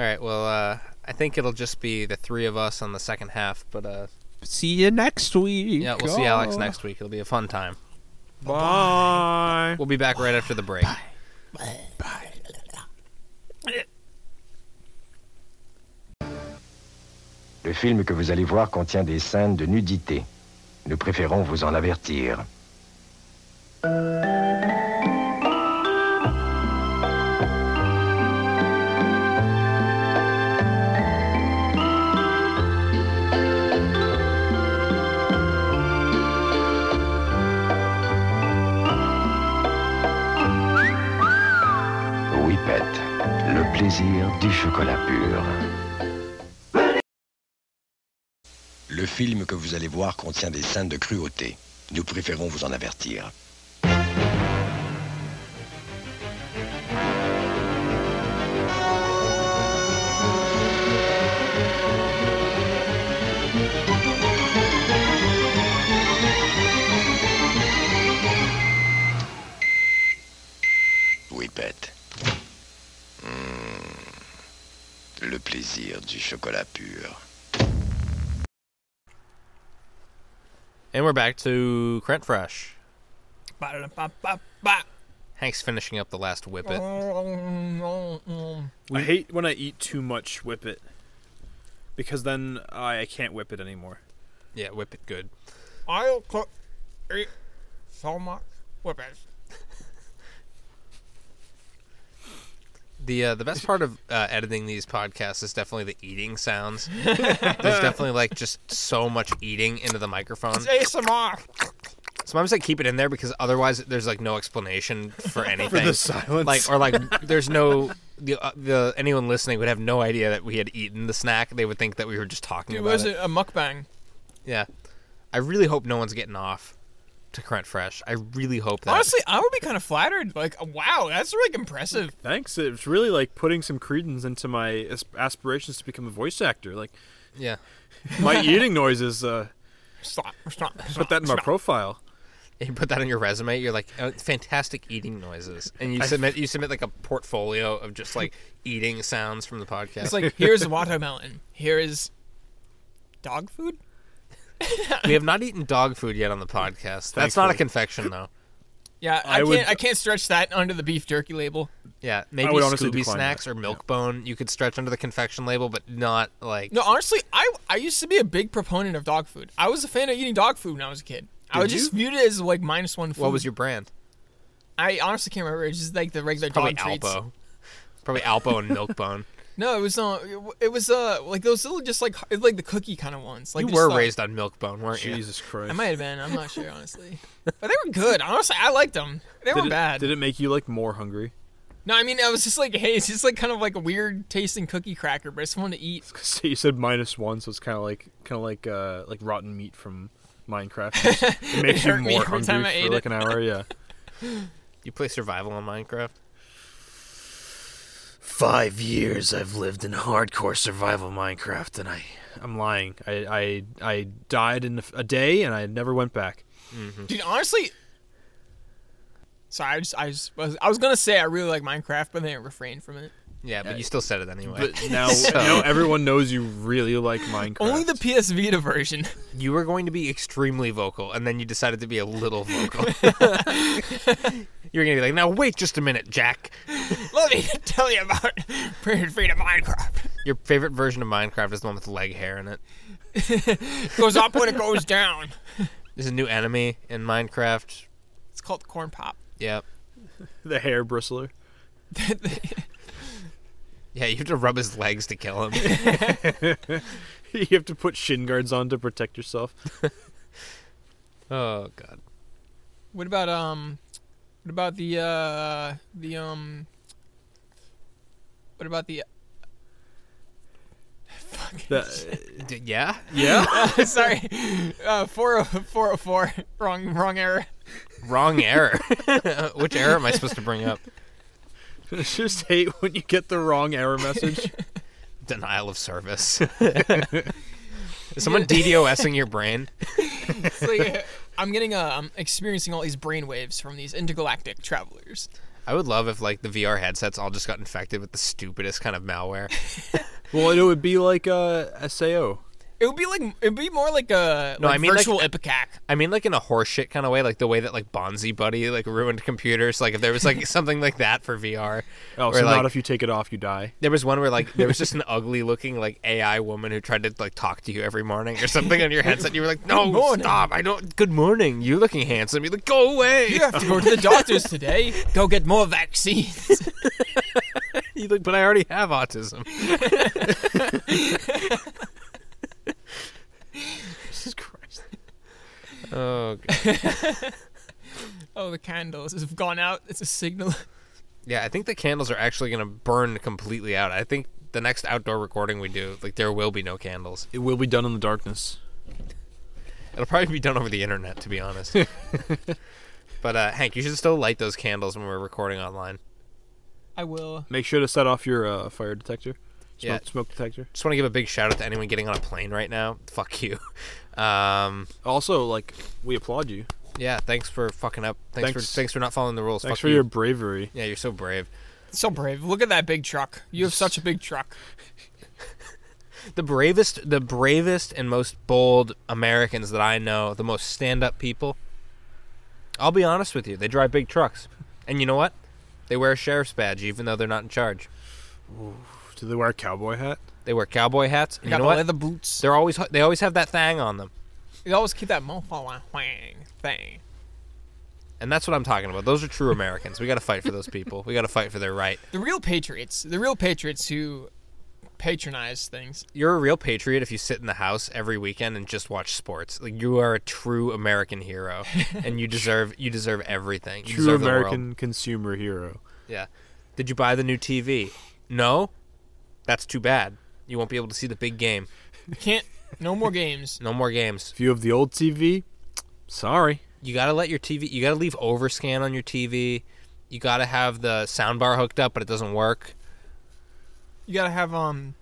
D: right, well, uh, I think it'll just be the three of us on the second half, but uh,
E: See you next week.
D: yeah, we'll see Alex next week. It'll be a fun time.
F: Bye.
D: We'll be back right after the break.
H: Le film que vous allez voir contient des scènes de nudité. Nous préférons vous en avertir. Whippet, le plaisir du chocolat pur. Le film que vous allez voir contient des scènes de cruauté. Nous préférons vous en avertir. Oui, Pet. Mmh. Le plaisir du chocolat pur.
D: And we're back to Crent Fresh.
C: Ba-da-da-ba-ba-ba.
D: Hank's finishing up the last whippet.
C: Uh-huh.
F: I hate when I eat too much whippet because then I can't whip it anymore.
D: Yeah, whip it good.
C: I'll cook eat so much We're best.
D: The uh, the best part of uh, editing these podcasts is definitely the eating sounds. There's definitely like just so much eating into the microphone.
C: It's ASMR.
D: Sometimes I keep it in there because otherwise there's like no explanation for anything.
F: silence.
D: like or like there's no the, uh, the anyone listening would have no idea that we had eaten the snack. They would think that we were just talking
C: Dude,
D: about
C: was it
D: it.
C: a mukbang?
D: Yeah. I really hope no one's getting off to Crent Fresh. I really hope that.
C: Honestly, I would be kind of flattered. Like, wow, that's really impressive.
F: Thanks. It's really like putting some credence into my as- aspirations to become a voice actor. Like
D: yeah.
F: my eating noises. Uh,
C: Stop, stop,
F: put that in my profile.
D: You put that on your resume. You're like oh, fantastic eating noises, and you submit you submit like a portfolio of just like eating sounds from the podcast.
C: It's like here's a watermelon. Here is dog food.
D: we have not eaten dog food yet on the podcast. That's not a confection though.
C: Yeah, I,
F: I
C: can't.
F: would-
C: I can't stretch that under the beef jerky label.
D: Yeah, maybe
F: would honestly
D: Scooby
F: decline
D: snacks
F: that.
D: or Milk Bone. You could stretch under the confection label, but not like
C: No, honestly, I I used to be a big proponent of dog food. I was a fan of eating dog food when I was a kid. I would just viewed it as like minus one food.
D: what was your brand?
C: I honestly can't remember. It's just like the regular
D: Probably
C: dog treats.
D: Alpo. Probably Alpo and Milk Bone.
C: No, it was uh, it was uh like those little just like it's like the cookie kind of ones. Like
D: You
C: just,
D: were
C: like-
D: raised on Milk Bone, weren't you?
F: Jesus Christ.
C: I might have been. I'm not sure honestly, but they were good. Honestly, I liked them. They
F: did
C: were
F: it,
C: bad.
F: Did it make you like more hungry?
C: No, I mean I was just like, hey, it's just like kind of like a weird tasting cookie cracker, but it's fun to eat.
F: So you said minus one, so it's kind of like kind of like uh, like rotten meat from Minecraft. It makes you
C: hurt me
F: more
C: every
F: hungry
C: time I
F: for
C: ate
F: like an hour. Yeah.
D: You play survival on Minecraft.
B: Five years I've lived in hardcore survival Minecraft, and I
F: I'm lying. I I, I died in a f- a day and I never went back.
C: Dude, honestly, sorry, I just I just was, I was gonna say I really like Minecraft, but then I refrained from it.
D: Yeah, but you still said it anyway.
F: But now, now everyone knows you really like Minecraft.
C: Only the PS Vita version.
D: you were going to be extremely vocal, and then you decided to be a little vocal. you were going to be like, now wait just a minute, Jack.
C: Let me tell you about Period Vita Minecraft.
D: Your favorite version of Minecraft is the one with leg hair in it.
C: It goes up when it goes down.
D: There's a new enemy in Minecraft.
C: It's called corn pop.
D: Yep.
F: the hair bristler.
D: Yeah, you have to rub his legs to kill him.
F: you have to put shin guards on to protect yourself.
D: oh, God.
C: What about um, what about the uh the um, what about the
F: That-
D: D- yeah?
F: yeah.
C: sorry, uh, four four oh four wrong wrong error.
D: Wrong error. Which error am I supposed to bring up?
F: Just hate when you get the wrong error message.
D: Denial of service. Is someone DDoSing your brain?
C: It's like, I'm getting uh, I'm experiencing all these brainwaves from these intergalactic travelers.
D: I would love if like the VR headsets all just got infected with the stupidest kind of malware.
F: well, it would be like uh, Sao.
C: It would be like it would be more like a
D: No,
C: like
D: I mean, like,
C: virtual ipecac.
D: I mean, like in a horseshit kind of way, like the way that like Bonzi Buddy like ruined computers. Like if there was like something like that for VR,
F: Oh,
D: where,
F: so
D: like,
F: not if you take it off, you die.
D: there was one where like there was just an ugly looking like AI woman who tried to like talk to you every morning or something on your headset. And you were like, no, stop! I don't. Good morning. You're looking handsome. You're like, go away.
C: You have to go to the doctors today. Go get more vaccines.
D: You look, but I already have autism.
F: Jesus Christ.
D: Oh, God.
C: Oh, the candles have gone out. It's a signal.
D: yeah. I think the candles are actually gonna burn completely out. I think the next outdoor recording we do, like, there will be no candles.
F: It will be done in the darkness.
D: It'll probably be done over the internet, to be honest. but uh, Hank, you should still light those candles when we're recording online.
C: I will.
F: Make sure to set off your uh, fire detector. Smoke,
D: Yeah.
F: smoke detector.
D: Just want to give a big shout out to anyone getting on a plane right now. Fuck you. Um,
F: Also, like, we applaud you.
D: yeah, thanks for fucking up. Thanks,
F: Thanks.
D: for thanks for not following the rules.
F: Thanks
D: Fuck
F: for
D: you.
F: your bravery.
D: yeah, you're so brave.
C: So brave. Look at that big truck. You have such a big truck.
D: The bravest, the bravest and most bold Americans that I know, the most stand up people. I'll be honest with you, they drive big trucks, and you know what? They wear a sheriff's badge even though they're not in charge.
F: Do they wear a cowboy hat?
D: They wear cowboy hats.
C: I
D: And you
C: got
D: know
C: the
D: what?
C: leather boots.
D: They're always they always have that thing on them.
C: You always keep that mofo wang thing.
D: And that's what I'm talking about. Those are true Americans. We got to fight for those people. We got to fight for their right.
C: The real patriots, the real patriots who patronize things.
D: You're a real patriot if you sit in the house every weekend and just watch sports. Like you are a true American hero, and you deserve you deserve everything. You
F: True
D: deserve the world.
F: American consumer hero.
D: Yeah. Did you buy the new TV? No. That's too bad. You won't be able to see the big game.
C: Can't no more games.
D: No more games.
F: If you have the old TV, sorry.
D: You gotta let your TV. You gotta leave overscan on your TV. You gotta have the sound bar hooked up, but it doesn't work.
C: You gotta have um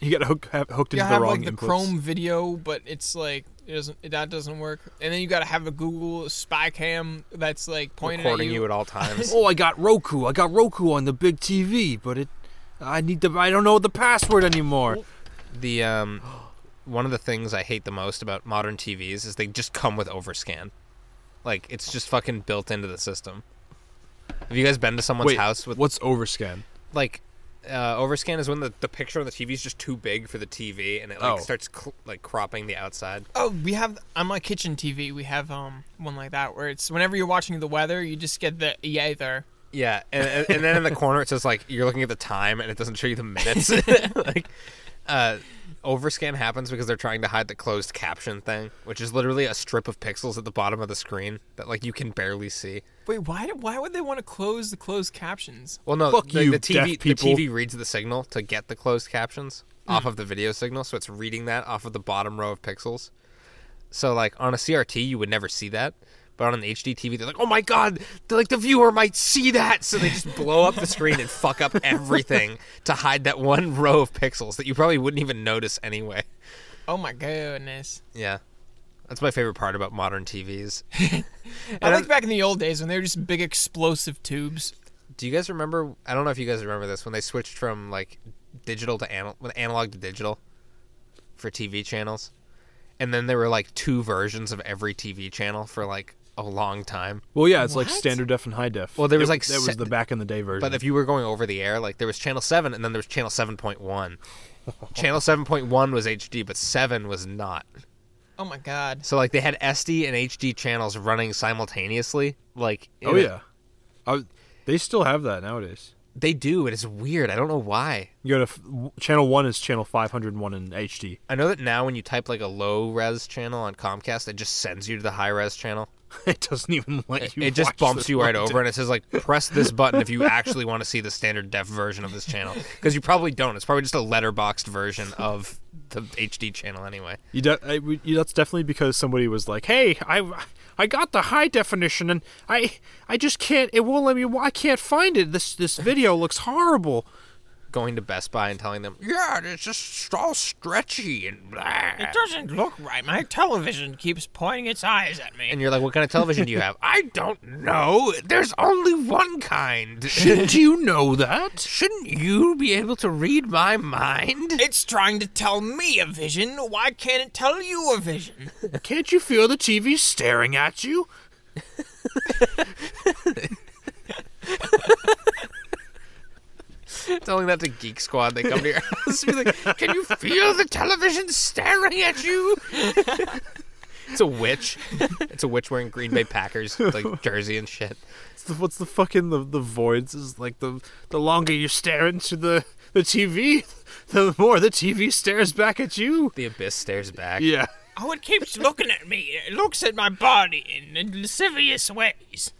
F: You got hook, have, hooked
C: you
F: into
C: gotta
F: the
C: have
F: wrong
C: like the
F: inputs.
C: Chrome video, but it's like it doesn't it, that doesn't work. And then you gotta have a Google spy cam that's like pointing
D: Recording
C: at
D: you.
C: you.
D: at all times.
F: Oh, I got Roku. I got Roku on the big TV, but it. I need the. I don't know the password anymore.
D: the um, one of the things I hate the most about modern TVs is they just come with overscan. Like it's just fucking built into the system. Have you guys been to someone's
F: Wait,
D: house with
F: what's overscan?
D: like uh, overscan is when the, the picture on the TV is just too big for the TV and it like
F: Oh.
D: starts cl- like cropping the outside.
C: Oh, we have on my kitchen TV we have um one like that where it's whenever you're watching the weather you just get the yeah there.
D: Yeah, and, and, and then in the corner it says like you're looking at the time and it doesn't show you the minutes. like uh, overscan happens because they're trying to hide the closed caption thing, which is literally a strip of pixels at the bottom of the screen that like you can barely see.
C: Wait, why do- why would they want to close the closed captions?
D: Well, no,
F: Fuck
D: the,
F: you,
D: the TV
F: deaf people. Hmm.
D: the TV reads the signal to get the closed captions off of the video signal, so it's reading that off of the bottom row of pixels. So like on a CRT, you would never see that, but on an HD TV, they're like, oh my god, they're like the viewer might see that, so they just blow up the screen and fuck up everything to hide that one row of pixels that you probably wouldn't even notice anyway.
C: Oh my goodness.
D: Yeah. That's my favorite part about modern TVs.
C: I like back in the old days when they were just big explosive tubes.
D: Do you guys remember? I don't know if you guys remember this when they switched from like digital to anal- when analog to digital for TV channels, and then there were like two versions of every TV channel for like a long time.
F: Well, yeah, it's like
C: What?
F: standard def and high def.
D: Well, there was,
F: It-
D: like,
F: that was
D: set-
F: the back in the day version.
D: But if you were going over the air, like there was channel seven, and then there was channel seven point one. channel seven point one was HD, but seven was not.
C: Oh my god.
D: So like they had SD and HD channels running simultaneously. Like
F: oh
D: in a-
F: yeah, I, they still have that nowadays.
D: they do. It is weird. I don't know why.
F: You go to f- w- channel one is channel five hundred one in HD.
D: I know that now when you type like a low res channel on Comcast, it just sends you to the high res channel.
F: It doesn't even let
D: It,
F: you.
D: it just
F: watch
D: bumps
F: the
D: you right
F: fucking
D: over and it says like press this button if you actually want to see the standard def version of this channel because you probably don't. It's probably just a letterboxed version of the HD channel anyway.
F: You de- I, we, you- that's definitely because somebody was like, "Hey, I, I got the high definition, and I, I just can't. It won't let me. I can't find it. This this video looks horrible."
D: Going to Best Buy and telling them, yeah, it's just all stretchy and blah.
I: It doesn't look right. My television keeps pointing its eyes at me.
D: And you're like, what kind of television do you have? I don't know. There's only one kind.
F: Didn't you know that?
D: Shouldn't you be able to read my mind?
I: It's trying to tell me a vision. Why can't it tell you a vision?
F: Can't you feel the TV staring at you?
D: telling that to Geek Squad. They come to your house and be like, Can you feel the television staring at you? it's a witch. It's a witch wearing Green Bay Packers like jersey and shit.
F: It's the, what's the fucking the the voids is like the the longer you stare into the the TV, the more the TV stares back at you.
D: The abyss stares back.
F: Yeah.
I: Oh, it keeps looking at me. It looks at my body in, in lascivious ways.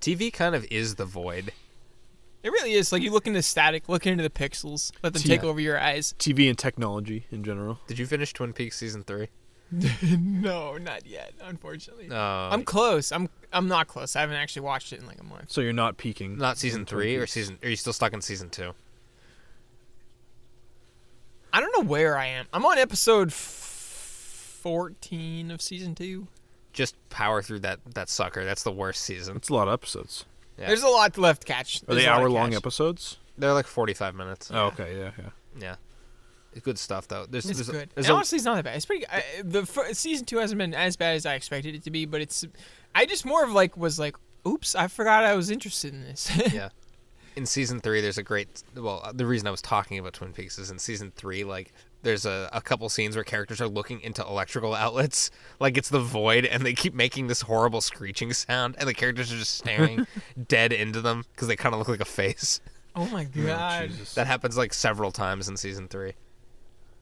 D: TV kind of is the void.
C: It really is. Like you look into static, look into the pixels, let them take
F: Yeah.
C: over your eyes.
F: TV and technology in general.
D: Did you finish Twin Peaks season three?
C: No, not yet, unfortunately.
D: No.
C: I'm close. I'm I'm not close. I haven't actually watched it in like a month.
F: So you're not peeking.
D: not season
F: Twin
D: three or
F: Peaks.
D: season are you still stuck in season two?
C: I don't know where I am. I'm on episode f- 14 of season 2.
D: Just power through that that sucker. That's the worst season.
F: It's a lot of episodes.
D: Yeah.
C: There's a lot left to catch.
F: Are
C: There's
F: they
C: a lot to
F: hour long
C: catch.
F: episodes?
D: They're like forty five minutes.
F: Oh, okay, yeah, yeah.
D: Yeah. Good stuff though. There's
C: It's
D: there's a-
C: good.
D: there's
C: And
D: a-
C: honestly, it's not that bad. It's pretty. I, the fir- season two hasn't been as bad as I expected it to be, but it's. I just more of like was like, oops, I forgot I was interested in this.
D: yeah. In season three, there's a great. Well, the reason I was talking about Twin Peaks is in season three, like there's a, a couple scenes where characters are looking into electrical outlets, like it's the void, and they keep making this horrible screeching sound, and the characters are just staring dead into them because they kind of look like a face.
C: Oh my god.
D: That happens like several times in season three.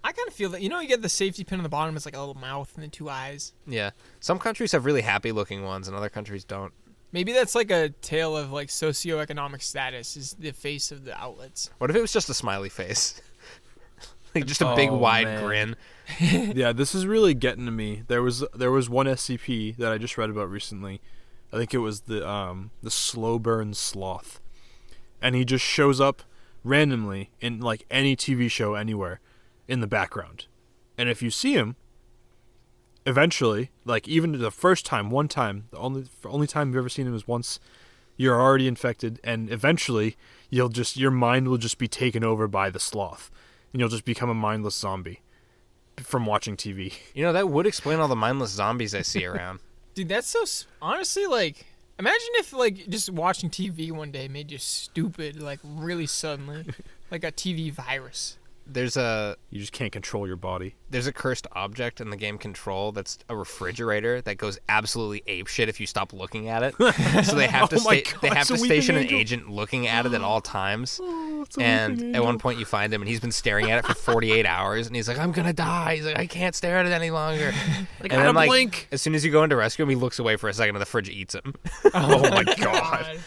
C: I kind of feel that. You know, you get the safety pin on the bottom. It's like a little mouth and the two eyes.
D: Yeah, some countries have really happy looking ones, and other countries don't.
C: Maybe that's like a tale of like socioeconomic status. Is the face of the outlets.
D: What if it was just a smiley face? like just a big
F: Oh,
D: wide grin.
F: Yeah, this is really getting to me. There was there was one SCP that I just read about recently. I think it was the um the slow burn sloth, and he just shows up randomly in like any TV show anywhere in the background, and if you see him, eventually, like even the first time, one time, the only the only time you've ever seen him is once. You're already infected, and eventually, you'll just your mind will just be taken over by the sloth, and you'll just become a mindless zombie from watching TV.
D: You know, that would explain all the mindless zombies I see around.
C: Dude, that's so s- honestly like. Imagine if like just watching TV one day made you stupid like really suddenly, like a TV virus.
D: there's a
F: You just can't control your body.
D: there's a cursed object in the game Control that's a refrigerator that goes absolutely apeshit if you stop looking at it. so they have to
F: Oh my
D: sta- they
F: God, it's
D: have to
F: a weeping
D: station
F: angel. Oh,
D: an agent looking at it at all times. and at one point you find him and he's been staring at it for 48 hours and he's like I'm gonna die. He's like I can't stare at it any longer. and then, like, As soon as you go into rescue him, he looks away for a second and the fridge eats him.
F: Oh my god.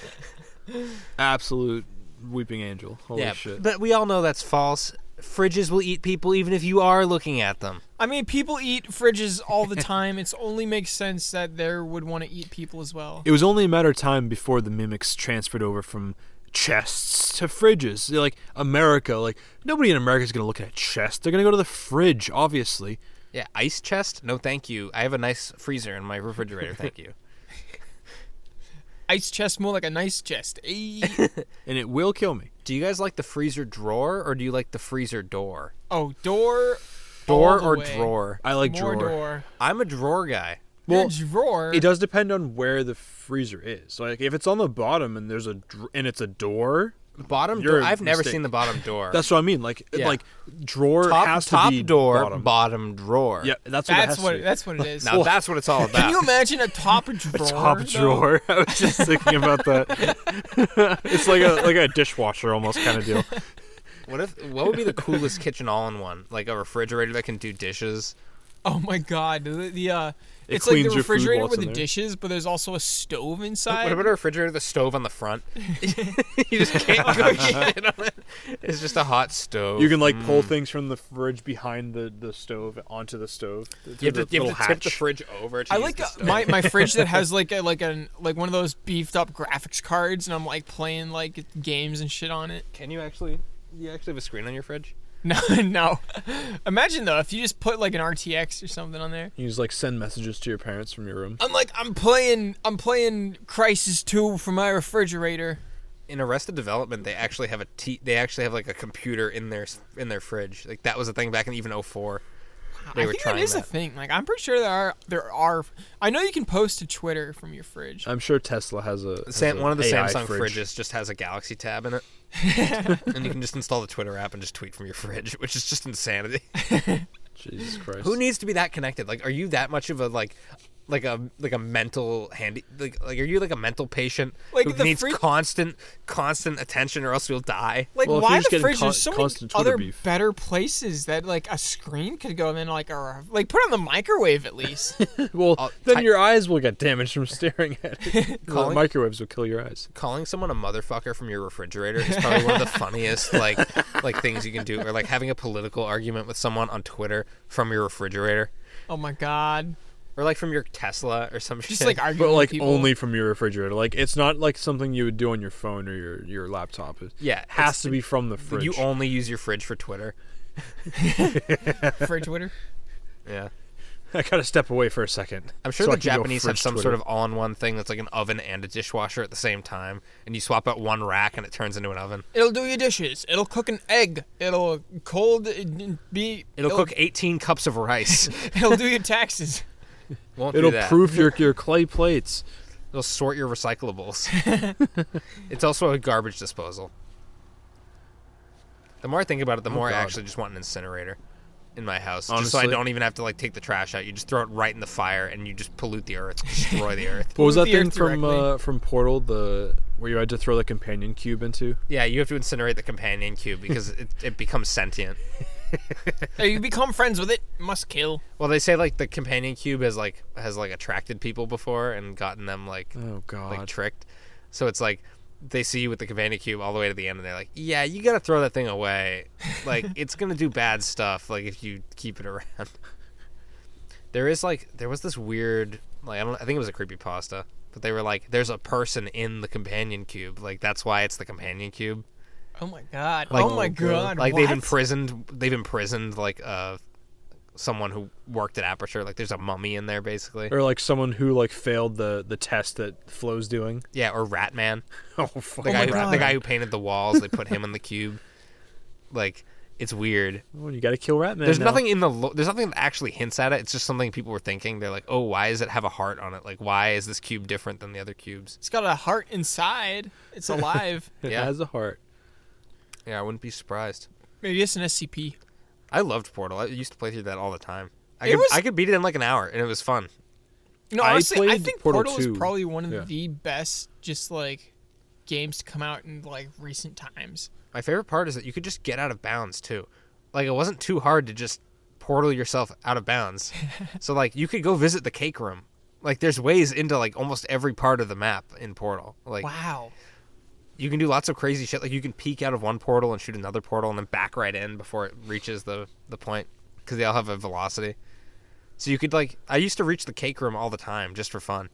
F: Absolute weeping angel. Holy
D: yeah,
F: shit.
D: but we all know that's false. Fridges will eat people even if you are looking at them.
C: I mean, people eat fridges all the time. It's only makes sense that they would want to eat people as well.
F: It was only a matter of time before the mimics transferred over from chests to fridges. They're like America, like nobody in America is gonna look at a chest. They're gonna go to the fridge, obviously.
D: Yeah, ice chest? No, thank you. I have a nice freezer in my refrigerator. Thank you.
C: Ice chest more like a nice chest. Ayy.
F: And it will kill me.
D: Do you guys like the freezer drawer or do you like the freezer door?
C: oh, door. all
D: Door
C: the
D: or
C: way.
D: drawer?
F: I like
C: More
F: drawer.
C: door.
D: I'm a drawer guy.
F: Well,
C: Well, drawer.
F: It does depend on where the freezer is. So, Like if it's on the bottom and there's a dr- and it's a door,
D: Bottom
F: You're
D: door. I've never
F: mistaken.
D: seen the bottom door.
F: that's what I mean. Like
D: Yeah.
F: like drawer
D: top,
F: has to
D: top
F: be
D: door,
F: bottom.
D: drawer.
F: Yeah, that's what it
C: that's
F: has
C: what.
F: to be.
C: That's what it is.
D: Now that's what it's all
C: Can you
D: about.
C: imagine a top drawer?
F: top
C: though?
F: drawer. I was just thinking about that. it's like a like a dishwasher almost kind of deal.
D: what if what would be the coolest kitchen all in one? Like a refrigerator that can do dishes.
C: Oh my god, the, the uh,
F: It
C: it's like
F: cleans
C: the
F: your food
C: refrigerator
F: while it's
C: with the
F: in there.
C: dishes, but there's also a stove inside.
D: What about a refrigerator with a stove on the front? you just can't cook shit on it. It's just a hot stove.
F: You can like pull things from the fridge behind the, the stove onto the stove.
D: you have
F: through
D: to,
F: the
D: you have
F: little
D: to tip the
F: hatch.
D: fridge over. To
C: I
D: use
C: like
D: the
C: uh,
D: stove.
C: my, my fridge that has like a, like an like one of those beefed up graphics cards, and I'm like playing like games and shit on it.
D: Can you actually? You actually have a screen on your fridge?
C: No, no. Imagine though if you just put like an RTX or something on there.
F: You just like send messages to your parents from your room.
C: I'm like I'm playing I'm playing Crisis Two from my refrigerator.
D: In Arrested Development, they actually have a t. They actually have like a computer in their s- in their fridge. Like that was a thing back in even 04. They
C: I
D: were
C: think
D: trying
C: that is a
D: that.
C: thing. Like I'm pretty sure there are there are. I know you can post to Twitter from your fridge.
F: I'm sure Tesla has a has
D: Sam,
F: a
D: one of the
F: AI
D: Samsung
F: fridge.
D: fridges just has a Galaxy tab in it, and you can just install the Twitter app and just tweet from your fridge, which is just insanity.
F: Jesus Christ.
D: Who needs to be that connected? Like, are you that much of a like? Like a like a mental handy like like are you like a mental patient
C: Like
D: who
C: the
D: needs
C: fridge-
D: constant constant attention or else you'll die?
C: Like
F: Well, if
C: why
F: you're just
C: the
F: getting
C: fridge?
F: con-
C: There's so many
F: constant Twitter
C: other
F: beef.
C: better places that like a screen could go in. Like or like put on the microwave at least.
F: Well, then
D: ty-
F: your eyes will get damaged from staring at it. the
D: Colin?
F: microwaves will kill your eyes.
D: calling someone a motherfucker from your refrigerator is probably one of the funniest like like things you can do or like having a political argument with someone on Twitter from your refrigerator
C: oh my god!
D: or like from your Tesla or some
C: Just
D: shit.
C: like arguing.
F: But
C: with
F: like
C: people.
F: only from your refrigerator. Like it's not like something you would do on your phone or your, your laptop. It
D: Yeah,
F: has
D: it's-
F: to be from the fridge.
D: you only use your fridge for Twitter.
C: fridge Twitter.
D: Yeah.
F: I gotta step away for a second.
D: I'm sure
F: so I
D: the
F: can go
D: Japanese have
F: fridge
D: some
F: Twitter.
D: sort of all-in-one thing that's like an oven and a dishwasher at the same time and you swap out one rack and it turns into an oven.
C: It'll do your dishes. It'll cook an egg. It'll cold it- be.
D: It'll cook 18 cups of rice.
C: It'll do your taxes.
D: Won't
F: It'll
D: do that.
F: proof your your clay plates.
D: It'll sort your recyclables. it's also a garbage disposal. The more I think about it, the more I
F: Oh, God.
D: actually just want an incinerator. in my house, just so I
F: Honestly.
D: don't even have to like take the trash out. You just throw it right in the fire, and you just pollute the earth, destroy the earth.
F: What was
C: Move
F: that
C: the
F: thing
C: earth
F: from
C: directly.
F: uh, from Portal? The where you had to throw the companion cube into?
D: Yeah, you have to incinerate the companion cube because it, it becomes sentient.
C: Hey, you become friends with it. Must kill.
D: Well, they say like the companion cube has like has like attracted people before and gotten them like
F: Oh God!
D: like tricked. So it's like they see you with the companion cube all the way to the end, and they're like, "Yeah, you gotta throw that thing away. Like it's gonna do bad stuff. Like if you keep it around." There is like there was this weird like I don't I think it was a creepy pasta, but they were like, "There's a person in the companion cube. Like that's why it's the companion cube."
C: Oh my god.
D: Like-
C: oh my god.
D: Like
C: what?
D: they've imprisoned they've imprisoned like uh someone who worked at Aperture. Like there's a mummy in there basically.
C: Er
F: or like someone who like failed the the test that Flo's doing.
D: Yeah, or Ratman.
F: Oh fuck!
D: The guy, who, the
C: God.
D: guy who painted the walls, they put him in the cube. Like, it's weird.
F: Oh, you gotta kill Ratman.
D: There's
F: now.
D: nothing in the lo- there's nothing that actually hints at it. It's just something people were thinking. They're like, oh, why does it have a heart on it? Like, why is this cube different than the other cubes?
C: It's got a heart inside. It's alive.
F: It
D: yeah.
F: has a heart.
D: Yeah, I wouldn't be surprised.
C: Maybe it's an SCP.
D: I loved Portal. I used to play through that all the time. I
C: It
D: could,
C: was-
D: I could beat it in like an hour, and it was fun.
C: No,
F: I
C: honestly, I,
F: played
C: think
F: Portal
C: Portal, is
F: 2.
C: probably one of
F: Yeah.
C: the best, just like games to come out in like recent times.
D: My favorite part is that you could just get out of bounds too. Like, it wasn't too hard to just portal yourself out of bounds. so like, you could go visit the cake room. Like, there's ways into like almost every part of the map in Portal. Like,
C: Wow.
D: you can do lots of crazy shit. Like you can peek out of one portal and shoot another portal, and then back right in before it reaches the the point because they all have a velocity. So you could like I used to reach the cake room all the time just for fun.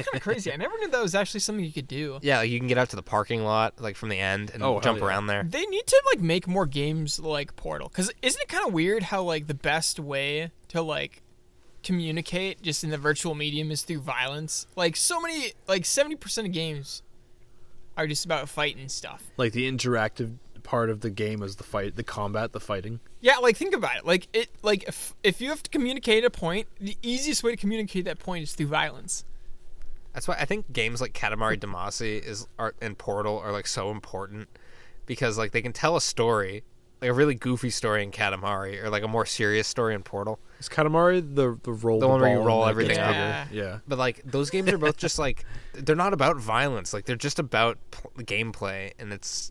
C: kind of crazy. I never knew that was actually something you could do.
D: Yeah, like you can get out to the parking lot like from the end and
F: Oh, hell
D: jump
F: yeah.
D: around there.
C: They need to like make more games like Portal cuz isn't it kind of weird how like the best way to like communicate just in the virtual medium is through violence? Like so many like 70% of games are just about fighting stuff.
F: Like the interactive part of the game is the fight, the combat, the fighting.
C: Yeah, like think about it. Like it like if if you have to communicate a point, the easiest way to communicate that point is through violence.
D: That's why I think games like Katamari Damacy is are, and Portal are like so important because like they can tell a story, like a really goofy story in Katamari or like a more serious story in Portal.
F: Is Katamari the the roll?
D: The one where you
F: ball and
D: roll
F: that
D: everything
F: gets
C: up?
F: bigger?
C: Yeah.
F: Yeah.
D: but like those games are both just like they're not about violence like they're just about pl- gameplay and it's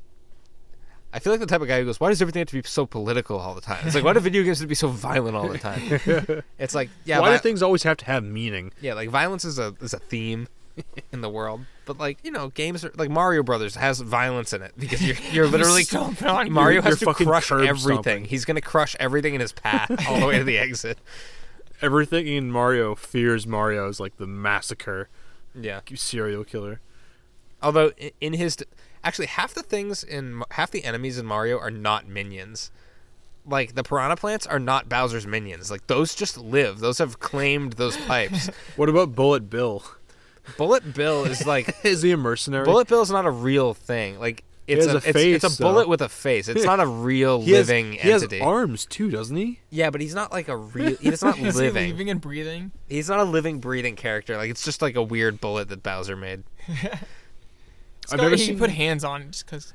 D: i feel like the type of guy who goes why does everything have to be so political all the time it's like why do video games have to be so violent all the time it's like yeah
F: Why
D: vi-
F: do things always have to have meaning?
D: yeah like violence is a is a theme in the world but like you know games are like mario brothers has violence in it because you're, you're literally
C: Stomp on you.
D: mario
F: You're-
D: has
F: you're
D: to
F: fucking
D: crush
F: curb
D: everything
F: stomping.
D: he's gonna crush everything in his path all the way to the exit
F: Everything in Mario fears Mario is like the massacre
D: yeah
F: serial killer.
D: Although i- in his, actually half the things in Ma- half the enemies in Mario are not minions. Like the piranha plants are not Bowser's minions. Like those just live. Those have claimed those pipes.
F: What about Bullet Bill?
D: Bullet Bill is like
F: Is he a mercenary?
D: Bullet Bill is not a real thing. Like it's
F: has
D: a,
F: a
D: it's,
F: face,
D: it's a bullet
F: though.
D: with a face. It's not a real
F: he has-
D: living
F: he has
D: entity.
F: arms too, doesn't he?
D: yeah, but he's not like a real. He's not
C: Is he
D: living.
C: living and breathing?
D: He's not a living, breathing character. Like it's just like a weird bullet that Bowser made.
C: I've never seen put hands on it just cuz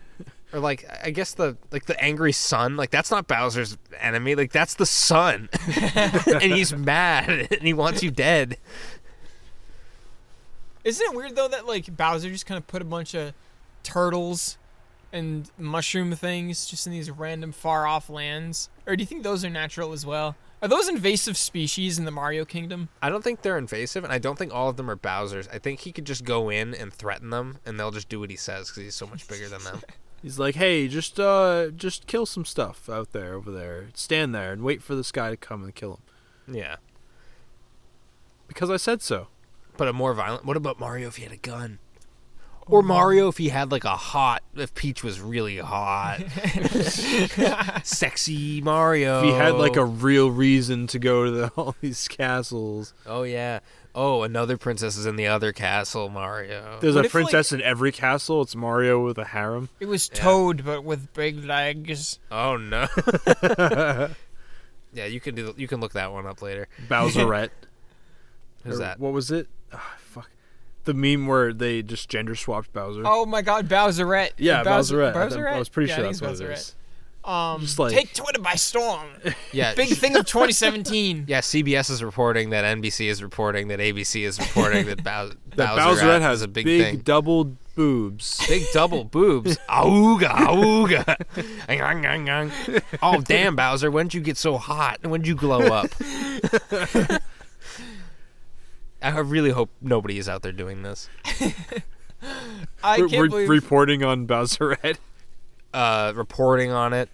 D: or like I guess the like the angry sun, like that's not Bowser's enemy, like that's the sun, and he's mad and he wants you dead.
C: Isn't it weird though that like Bowser just kind of put a bunch of turtles and mushroom things just in these random far off lands? Or do you think those are natural as well? Are those invasive species in the Mario Kingdom?
D: I don't think they're invasive, and I don't think all of them are Bowser's. I think he could just go in and threaten them, and they'll just do what he says because he's so much bigger than them.
F: He's like, hey, just uh, just kill some stuff out there, over there. Stand there and wait for this guy to come and kill him.
D: yeah,
F: Because I said so.
D: but a more violent. What about Mario if he had a gun? Or Mario if he had like a hot, if Peach was really hot, sexy Mario.
F: If he had
D: Oh.
F: like a real reason to go to the, all these castles,
D: oh yeah, oh another princess is in the other castle, Mario.
F: there's a
C: What if, like-
F: princess in every castle. It's Mario with a harem.
C: It was Toad, but with big legs.
D: Oh no. yeah, you can do. You can look that one up later.
F: Bowserette.
D: Who's
F: Or
D: that?
F: What was it? Ah, fuck. The meme where they just gender swapped Bowser.
C: Oh my God, Bowserette!
F: yeah,
C: Bowser-
F: Bowserette. I,
C: Bowserette.
F: thought- I was pretty
C: Yeah,
F: sure
C: I think
F: that's what
C: it's
F: it
C: Bowserette.
F: is.
C: Um,
F: Just like-
C: take Twitter by storm.
D: Yeah,
C: Big thing of 2017.
D: Yeah, CBS is reporting that NBC is reporting that ABC is reporting that, Bow-
F: That
D: Bowserette
F: Bowserette has
D: is a big, thing.
F: double boobs.
D: big double boobs. Auga, auga. Ang, ang, ang, ang. oh, damn, Bowser, when'd you get so hot? When'd you glow up? I really hope nobody is out there doing this.
C: I
F: We're,
C: can't
F: we're
C: believe.
F: reporting on Bowserette.
D: Uh, reporting on it,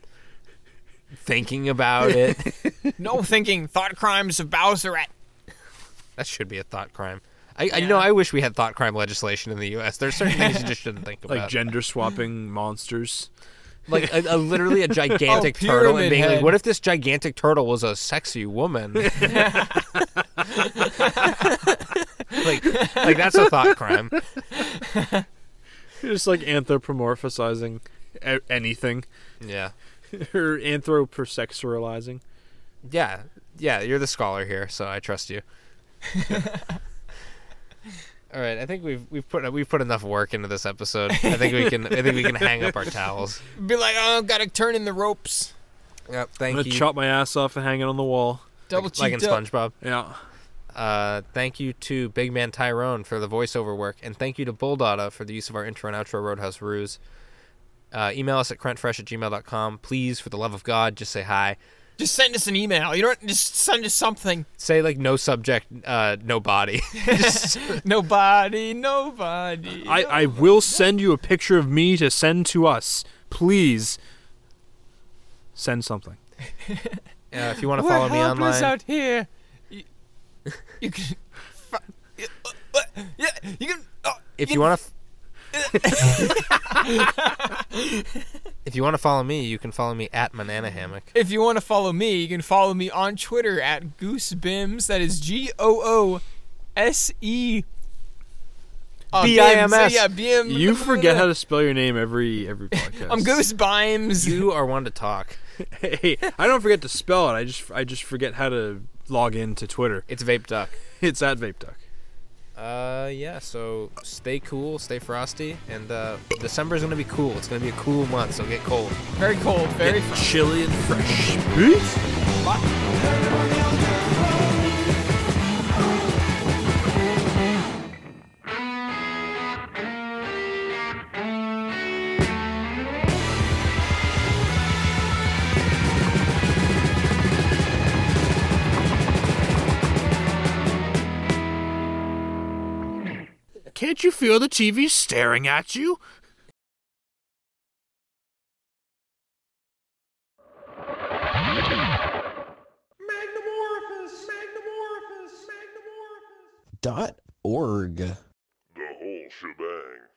D: thinking about it.
C: no thinking. Thought crimes of Bowserette.
D: that should be a thought crime. I, I know. I wish we had thought crime legislation in the U.S. There's certain things you just shouldn't think about.
F: Like gender swapping monsters.
D: like a, a, literally a gigantic
C: Oh,
D: turtle
C: pyramid
D: and being like,
C: head.
D: what if this gigantic turtle was a sexy woman? like, like that's a thought crime.
F: You're just like anthropomorphizing a- anything
D: Yeah,
F: or anthroposexualizing.
D: yeah, yeah. You're the scholar here, so I trust you. All right, I think we've we've put we've put enough work into this episode. I think we can I think we can hang up our towels.
C: Be like, oh, gotta turn in the ropes.
D: Yep,
F: I'm
D: thank
F: gonna
D: you.
F: chop my ass off and hang it on the wall.
C: Double
D: like in
C: cheeked up.
D: SpongeBob.
F: Yeah.
D: Uh, thank you to Big Man Tyrone for the voiceover work, and thank you to Bulldada for the use of our intro and outro Roadhouse Ruse. Uh, email us at crentfresh at gmail.com. Please, for the love of God, just say hi.
C: Just send us an email. You don't just send us something.
D: Say, like, no subject, uh, no body. Just- uh,
C: Nobody, nobody.
F: I, I will send you a picture of me to send to us. Please send something.
D: uh, if you want to follow me online,
C: here. You, you can. fu- uh, Yeah, you can. Oh,
D: if you want to. if you want to follow me, you can follow me at Manana Hammock.
C: if you want to follow me, you can follow me on Twitter at goosebims. That is G O O S E. uh, Bims.
D: B-I-M-S.
C: Yeah, BM.
F: You forget how to spell your name every every podcast.
C: I'm Goose Bimes.
D: You are one to talk.
F: Hey, I don't forget to spell it. I just I just forget how to log in to Twitter.
D: It's Vape Duck.
F: It's at Vape Duck.
D: Uh, yeah. So stay cool, stay frosty, and uh, December is gonna be cool. It's gonna be a cool month, so get cold.
C: Very cold. Very.
F: Chilly and fresh. Peace. Can't you feel the TV staring at you?
J: dot org.
K: The whole shebang.